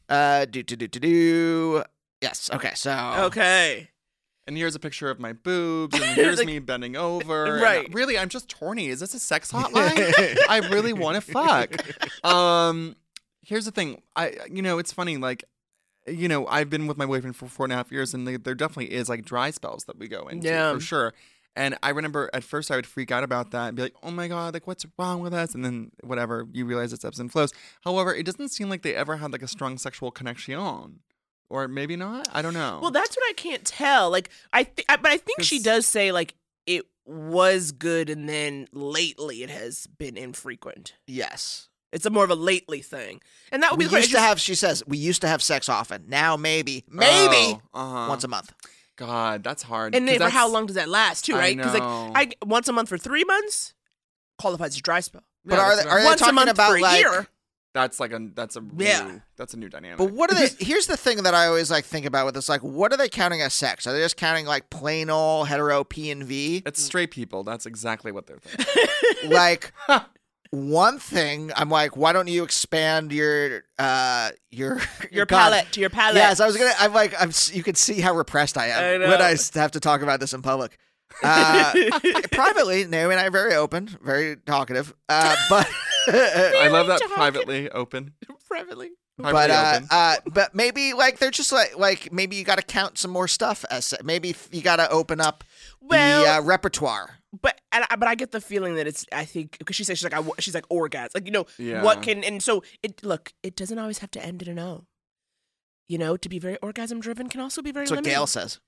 Speaker 2: Uh, do do do do do. Yes. Okay. So.
Speaker 1: Okay.
Speaker 9: And here's a picture of my boobs, and here's me bending over. and
Speaker 1: right.
Speaker 9: really, I'm just horny. Is this a sex hotline? I really want to fuck. Um, here's the thing. I, you know, it's funny. Like, you know, I've been with my boyfriend for four and a half years, and there definitely is like dry spells that we go into
Speaker 1: Yeah.
Speaker 9: for sure. And I remember at first I would freak out about that and be like, "Oh my god, like what's wrong with us?" And then whatever, you realize it's ebbs and flows. However, it doesn't seem like they ever had like a strong sexual connection, or maybe not. I don't know.
Speaker 1: Well, that's what I can't tell. Like I, th- I but I think she does say like it was good, and then lately it has been infrequent.
Speaker 2: Yes.
Speaker 1: It's a more of a lately thing, and that would
Speaker 2: we
Speaker 1: be the
Speaker 2: used to have. She says we used to have sex often. Now maybe,
Speaker 9: Oh,
Speaker 2: maybe
Speaker 9: uh-huh.
Speaker 2: once a month.
Speaker 9: God, that's hard.
Speaker 1: And
Speaker 9: 'cause
Speaker 1: then for how
Speaker 9: that's-
Speaker 1: long does that last too?
Speaker 9: I
Speaker 1: Right? Because
Speaker 9: know.
Speaker 1: like I once a month for three months qualifies as dry spell.
Speaker 2: But Yeah, are that's they- what I- are they
Speaker 1: once a
Speaker 2: talking
Speaker 1: month
Speaker 2: about,
Speaker 1: for a
Speaker 2: like-
Speaker 1: year?
Speaker 9: That's like a that's a new,
Speaker 2: Yeah.
Speaker 9: that's a new dynamic.
Speaker 2: But what are they? here's the thing that I always like think about with this: like, what are they counting as sex? Are they just counting like plain old hetero P and V?
Speaker 9: It's straight people. That's exactly what they're thinking.
Speaker 2: like one thing i'm like why don't you expand your uh your
Speaker 1: Your
Speaker 2: God.
Speaker 1: palate, your palate.
Speaker 2: yes i was gonna i'm like i'm s- you can see how repressed i am
Speaker 1: I know.
Speaker 2: when i s- have to talk about this in public uh privately naomi and i are very open very talkative uh but
Speaker 9: I love that privately open.
Speaker 1: Privately.
Speaker 2: but
Speaker 9: Privately
Speaker 2: uh,
Speaker 9: open.
Speaker 2: uh but maybe like they're just like like maybe you got to count some more stuff as se- maybe f- you got to open up the
Speaker 1: Well-
Speaker 2: uh, repertoire
Speaker 1: But and I, but I get the feeling that it's I think because she says she's like I, wa- she's like orgasm like you know
Speaker 2: Yeah.
Speaker 1: what can and so it look it doesn't always have to end in an O. You know, to be very orgasm driven can also be very.
Speaker 2: that's what
Speaker 1: limiting.
Speaker 2: gail says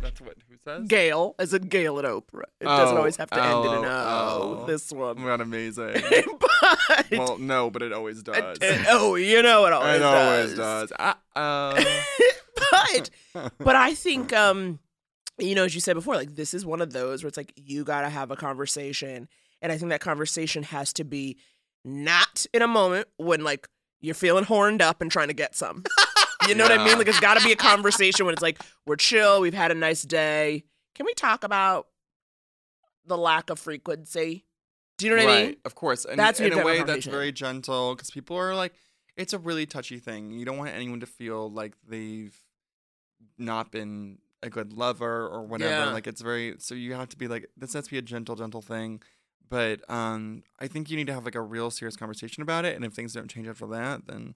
Speaker 9: That's what who says?
Speaker 1: Gail, as in Gail and Oprah. It doesn't
Speaker 9: Oh,
Speaker 1: always have to end in an
Speaker 9: oh,
Speaker 1: O.
Speaker 9: oh.
Speaker 1: This one.
Speaker 9: Not amazing. well, no, but it always does.
Speaker 1: oh, you know it always
Speaker 9: it always
Speaker 1: does.
Speaker 9: does. Ah, um,
Speaker 1: but but I think um you know as you said before like this is one of those where it's like you got to have a conversation and I think that conversation has to be not in a moment when like you're feeling horned up and trying to get some. You know what I
Speaker 9: Yeah.
Speaker 1: mean? Like it's got to be a conversation when it's like we're chill, we've had a nice day. Can we talk about the lack of frequency? Do you know what
Speaker 9: right,
Speaker 1: I mean?
Speaker 9: Of course. And
Speaker 1: That's what
Speaker 9: in
Speaker 1: you've
Speaker 9: a
Speaker 1: got
Speaker 9: way
Speaker 1: on
Speaker 9: that's
Speaker 1: foundation.
Speaker 9: very gentle because people are like, it's a really touchy thing. You don't want anyone to feel like they've not been a good lover or whatever.
Speaker 1: Yeah.
Speaker 9: Like it's very so you have to be like this has to be a gentle, gentle thing. But um I think you need to have like a real serious conversation about it. And if things don't change after that, then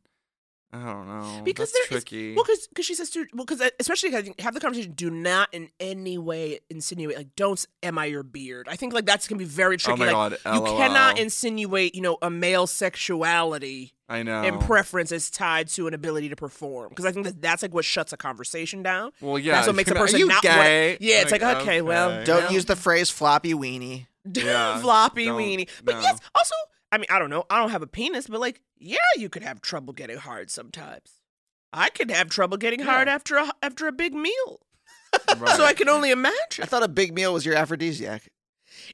Speaker 9: I don't know.
Speaker 1: because
Speaker 9: that's
Speaker 1: there is-
Speaker 9: tricky.
Speaker 1: well, because she says to well, because especially 'cause have the conversation. Do not in any way insinuate like don't s- am I your beard? I think like that's gonna be very tricky.
Speaker 9: Oh my
Speaker 1: like,
Speaker 9: God,
Speaker 1: you cannot
Speaker 9: LOL.
Speaker 1: insinuate you know a male sexuality
Speaker 9: I know.
Speaker 1: and preference is tied to an ability to perform because I think that that's like what shuts a conversation down.
Speaker 9: Well, yeah,
Speaker 1: that's what
Speaker 9: if
Speaker 1: makes a
Speaker 9: you're not- are you
Speaker 1: person not
Speaker 9: gay?
Speaker 1: Want, yeah, it's like,
Speaker 9: Like,
Speaker 1: okay, well,
Speaker 9: okay.
Speaker 2: don't
Speaker 1: no.
Speaker 2: use the phrase floppy weenie
Speaker 9: Yeah,
Speaker 1: floppy
Speaker 9: don't-
Speaker 1: weenie. But
Speaker 9: no.
Speaker 1: yes, also, I mean, I don't know. I don't have a penis, but like, yeah, you could have trouble getting hard sometimes. I could have trouble getting hard after a after a big meal. So I can only imagine.
Speaker 2: I thought a big meal was your aphrodisiac.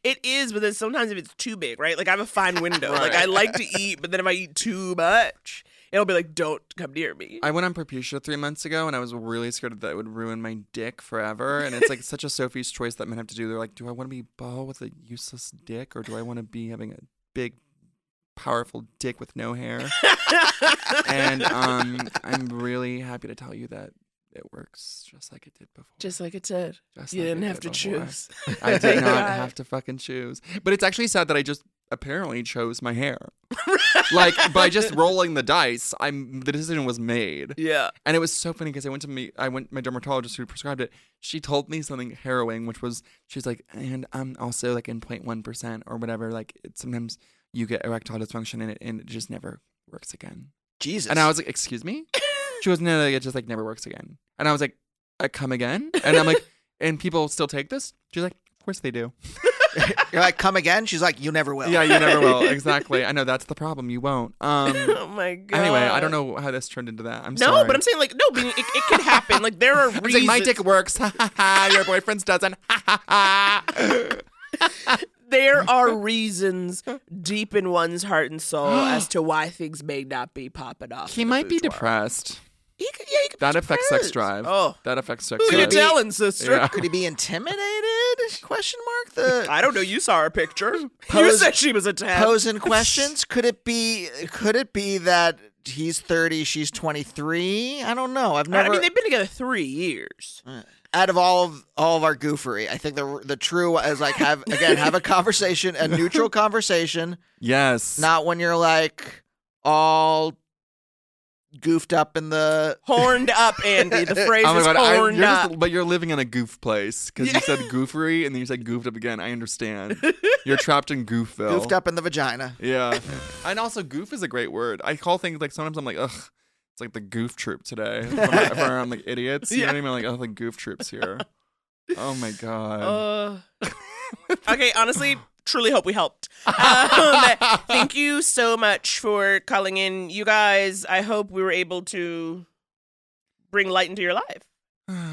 Speaker 1: It is, but then sometimes if it's too big, right? Like I have a fine window. Like
Speaker 9: Right.
Speaker 1: I like to eat, but then if I eat too much, it'll be like, don't come near me.
Speaker 9: I went on Propecia three months ago, and I was really scared that it would ruin my dick forever. And it's like such a Sophie's choice that men have to do. They're like, do I want to be bald with a useless dick, or do I want to be having a big, powerful dick with no hair? and um, I'm really happy to tell you that it works just like it did before.
Speaker 1: Just like it said,
Speaker 9: Just
Speaker 1: you
Speaker 9: like
Speaker 1: didn't
Speaker 9: I
Speaker 1: have to
Speaker 9: did before.
Speaker 1: choose.
Speaker 9: I did
Speaker 1: Thank
Speaker 9: not
Speaker 1: God.
Speaker 9: have to fucking choose. But it's actually sad that I just apparently chose my hair. like by just rolling the dice, I'm the decision was made.
Speaker 1: Yeah.
Speaker 9: And it was so funny because I went to me I went my dermatologist who prescribed it, she told me something harrowing, which was she's like, and I'm also like in 0.1 percent or whatever, like it, sometimes you get erectile dysfunction and it and it just never works again.
Speaker 2: Jesus.
Speaker 9: And I was like, excuse me? she goes, no, no, it just like never works again. And I was like, I come again? And I'm like, and people still take this? She's like, of course they do.
Speaker 2: You're like, come again? She's like, you never will.
Speaker 9: Yeah, you never will. Exactly. I know that's the problem. You won't. Um,
Speaker 1: Oh my god.
Speaker 9: Anyway, I don't know how this turned into that. I'm
Speaker 1: no,
Speaker 9: sorry.
Speaker 1: but I'm saying like no, being, it, it can happen. Like there are
Speaker 9: I'm
Speaker 1: reasons.
Speaker 9: saying my dick works. Ha ha ha. Your boyfriend's doesn't. Ha ha ha.
Speaker 1: there are reasons deep in one's heart and soul as to why things may not be popping off.
Speaker 9: He
Speaker 1: in the
Speaker 9: might be
Speaker 1: boudoir.
Speaker 9: depressed.
Speaker 1: He could, yeah, he could be
Speaker 9: That affects sex
Speaker 1: depressed.
Speaker 9: drive.
Speaker 1: Oh,
Speaker 9: that affects sex.
Speaker 1: Who
Speaker 9: drive.
Speaker 1: you telling, sister?
Speaker 9: Yeah.
Speaker 2: Could he be intimidated? Question mark. The
Speaker 1: I don't know. You saw her picture. you
Speaker 2: Pose-
Speaker 1: said she was a ten.
Speaker 2: posing questions. Could it be? Could it be that he's thirty, she's twenty three? I don't know. I've
Speaker 1: I-
Speaker 2: never.
Speaker 1: I mean, they've been together three years.
Speaker 9: Uh.
Speaker 2: out of all of all of our goofery, I think the the true is like have again have a conversation, a neutral conversation,
Speaker 9: Yes.
Speaker 2: not when you're like all goofed up in the
Speaker 1: Horned up, Andy. The phrase
Speaker 9: oh my
Speaker 1: is
Speaker 9: god! I,
Speaker 1: horned
Speaker 9: you're
Speaker 1: up.
Speaker 9: just- but you're living in a goof place because you said goofery and then you said goofed up again. I understand. You're trapped in goofville.
Speaker 2: goofed up in the vagina.
Speaker 9: Yeah. and also, goof is a great word. I call things like sometimes I'm like, ugh, it's like the goof troop today. If I'm if I'm around like idiots, you know what I mean? Like, oh, the goof troop's here. Oh my God.
Speaker 1: Uh, okay, honestly, truly hope we helped. Um, thank you so much for calling in, you guys. I hope we were able to bring light into your life.
Speaker 17: Hmm.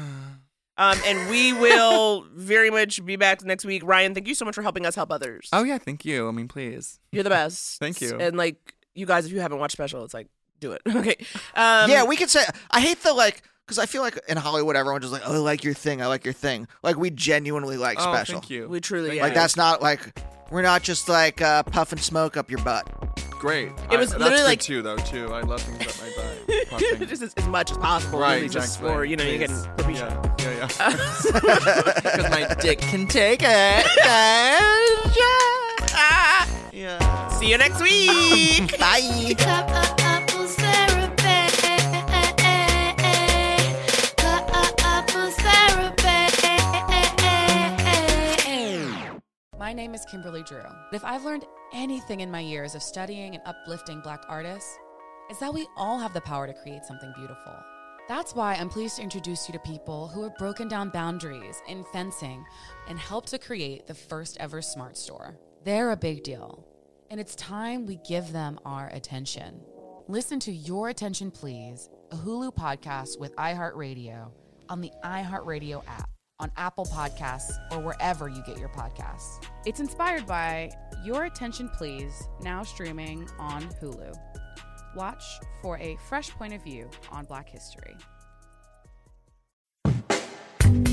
Speaker 1: Um, and we will very much be back next week. Ryan, thank you so much for helping us help others.
Speaker 9: oh, yeah, thank you. I mean, please.
Speaker 1: You're the best.
Speaker 9: Thank you.
Speaker 1: And like you guys, if you haven't watched special, it's like do it. okay. Um,
Speaker 2: yeah, we could say. I hate the like because I feel like in Hollywood everyone's just like, oh, I like your thing, I like your thing. Like we genuinely like
Speaker 9: oh,
Speaker 2: special.
Speaker 9: Thank you.
Speaker 1: we truly
Speaker 2: Like
Speaker 1: yeah.
Speaker 2: that's not like we're not just like uh, puffing smoke up your butt.
Speaker 9: Great.
Speaker 1: It was
Speaker 9: I,
Speaker 1: literally
Speaker 9: that's good
Speaker 1: like-
Speaker 9: too, though, too. I love things about my butt.
Speaker 1: just as, as much as possible.
Speaker 9: Right,
Speaker 1: really, just
Speaker 9: exactly.
Speaker 1: for you know, you
Speaker 9: Please.
Speaker 1: can the beach.
Speaker 9: yeah, yeah, yeah. Because my dick can take
Speaker 1: Yeah. See you next week.
Speaker 2: Bye.
Speaker 5: Cup of apples therapy. Cup of apples therapy.
Speaker 17: My name is Kimberly Drew. If I've learned anything in my years of studying and uplifting Black artists, is that we all have the power to create something beautiful. That's why I'm pleased to introduce you to people who have broken down boundaries in fencing and helped to create the first ever smart store. They're a big deal, and it's time we give them our attention. Listen to Your Attention Please, a Hulu podcast with iHeartRadio on the iHeartRadio app, on Apple Podcasts, or wherever you get your podcasts.
Speaker 18: It's inspired by Your Attention Please, now streaming on Hulu. Watch for a fresh point of view on Black history.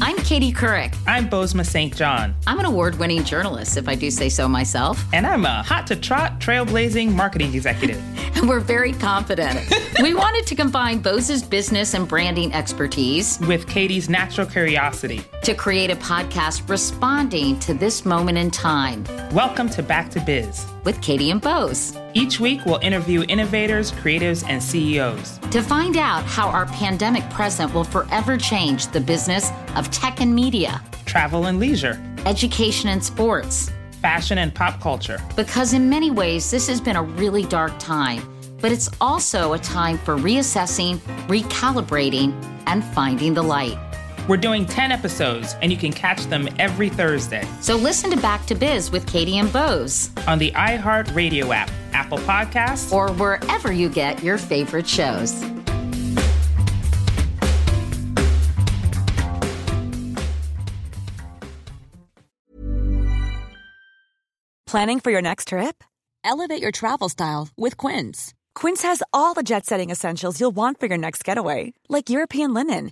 Speaker 19: I'm Katie Couric. I'm Bozma St. John. I'm an award winning journalist, if I do say so myself. And I'm a hot to trot, trailblazing marketing executive. and we're very confident. we wanted to combine Bose's business and branding expertise with Katie's natural curiosity to create a podcast responding to this moment in time. Welcome to Back to Biz with Katie and Bose. Each week, we'll interview innovators, creatives, and E CEOs to find out how our pandemic present will forever change the business of tech and media, travel and leisure, education and sports, fashion and pop culture. Because in many ways, this has been a really dark time, but it's also a time for reassessing, recalibrating, and finding the light. We're doing 10 episodes, and you can catch them every Thursday. So listen to Back to Biz with Katie and Bose on the iHeartRadio app, Apple Podcasts, or wherever you get your favorite shows.
Speaker 20: Planning for your next trip? Elevate your travel style with Quince. Quince has all the jet setting essentials you'll want for your next getaway, like European linen,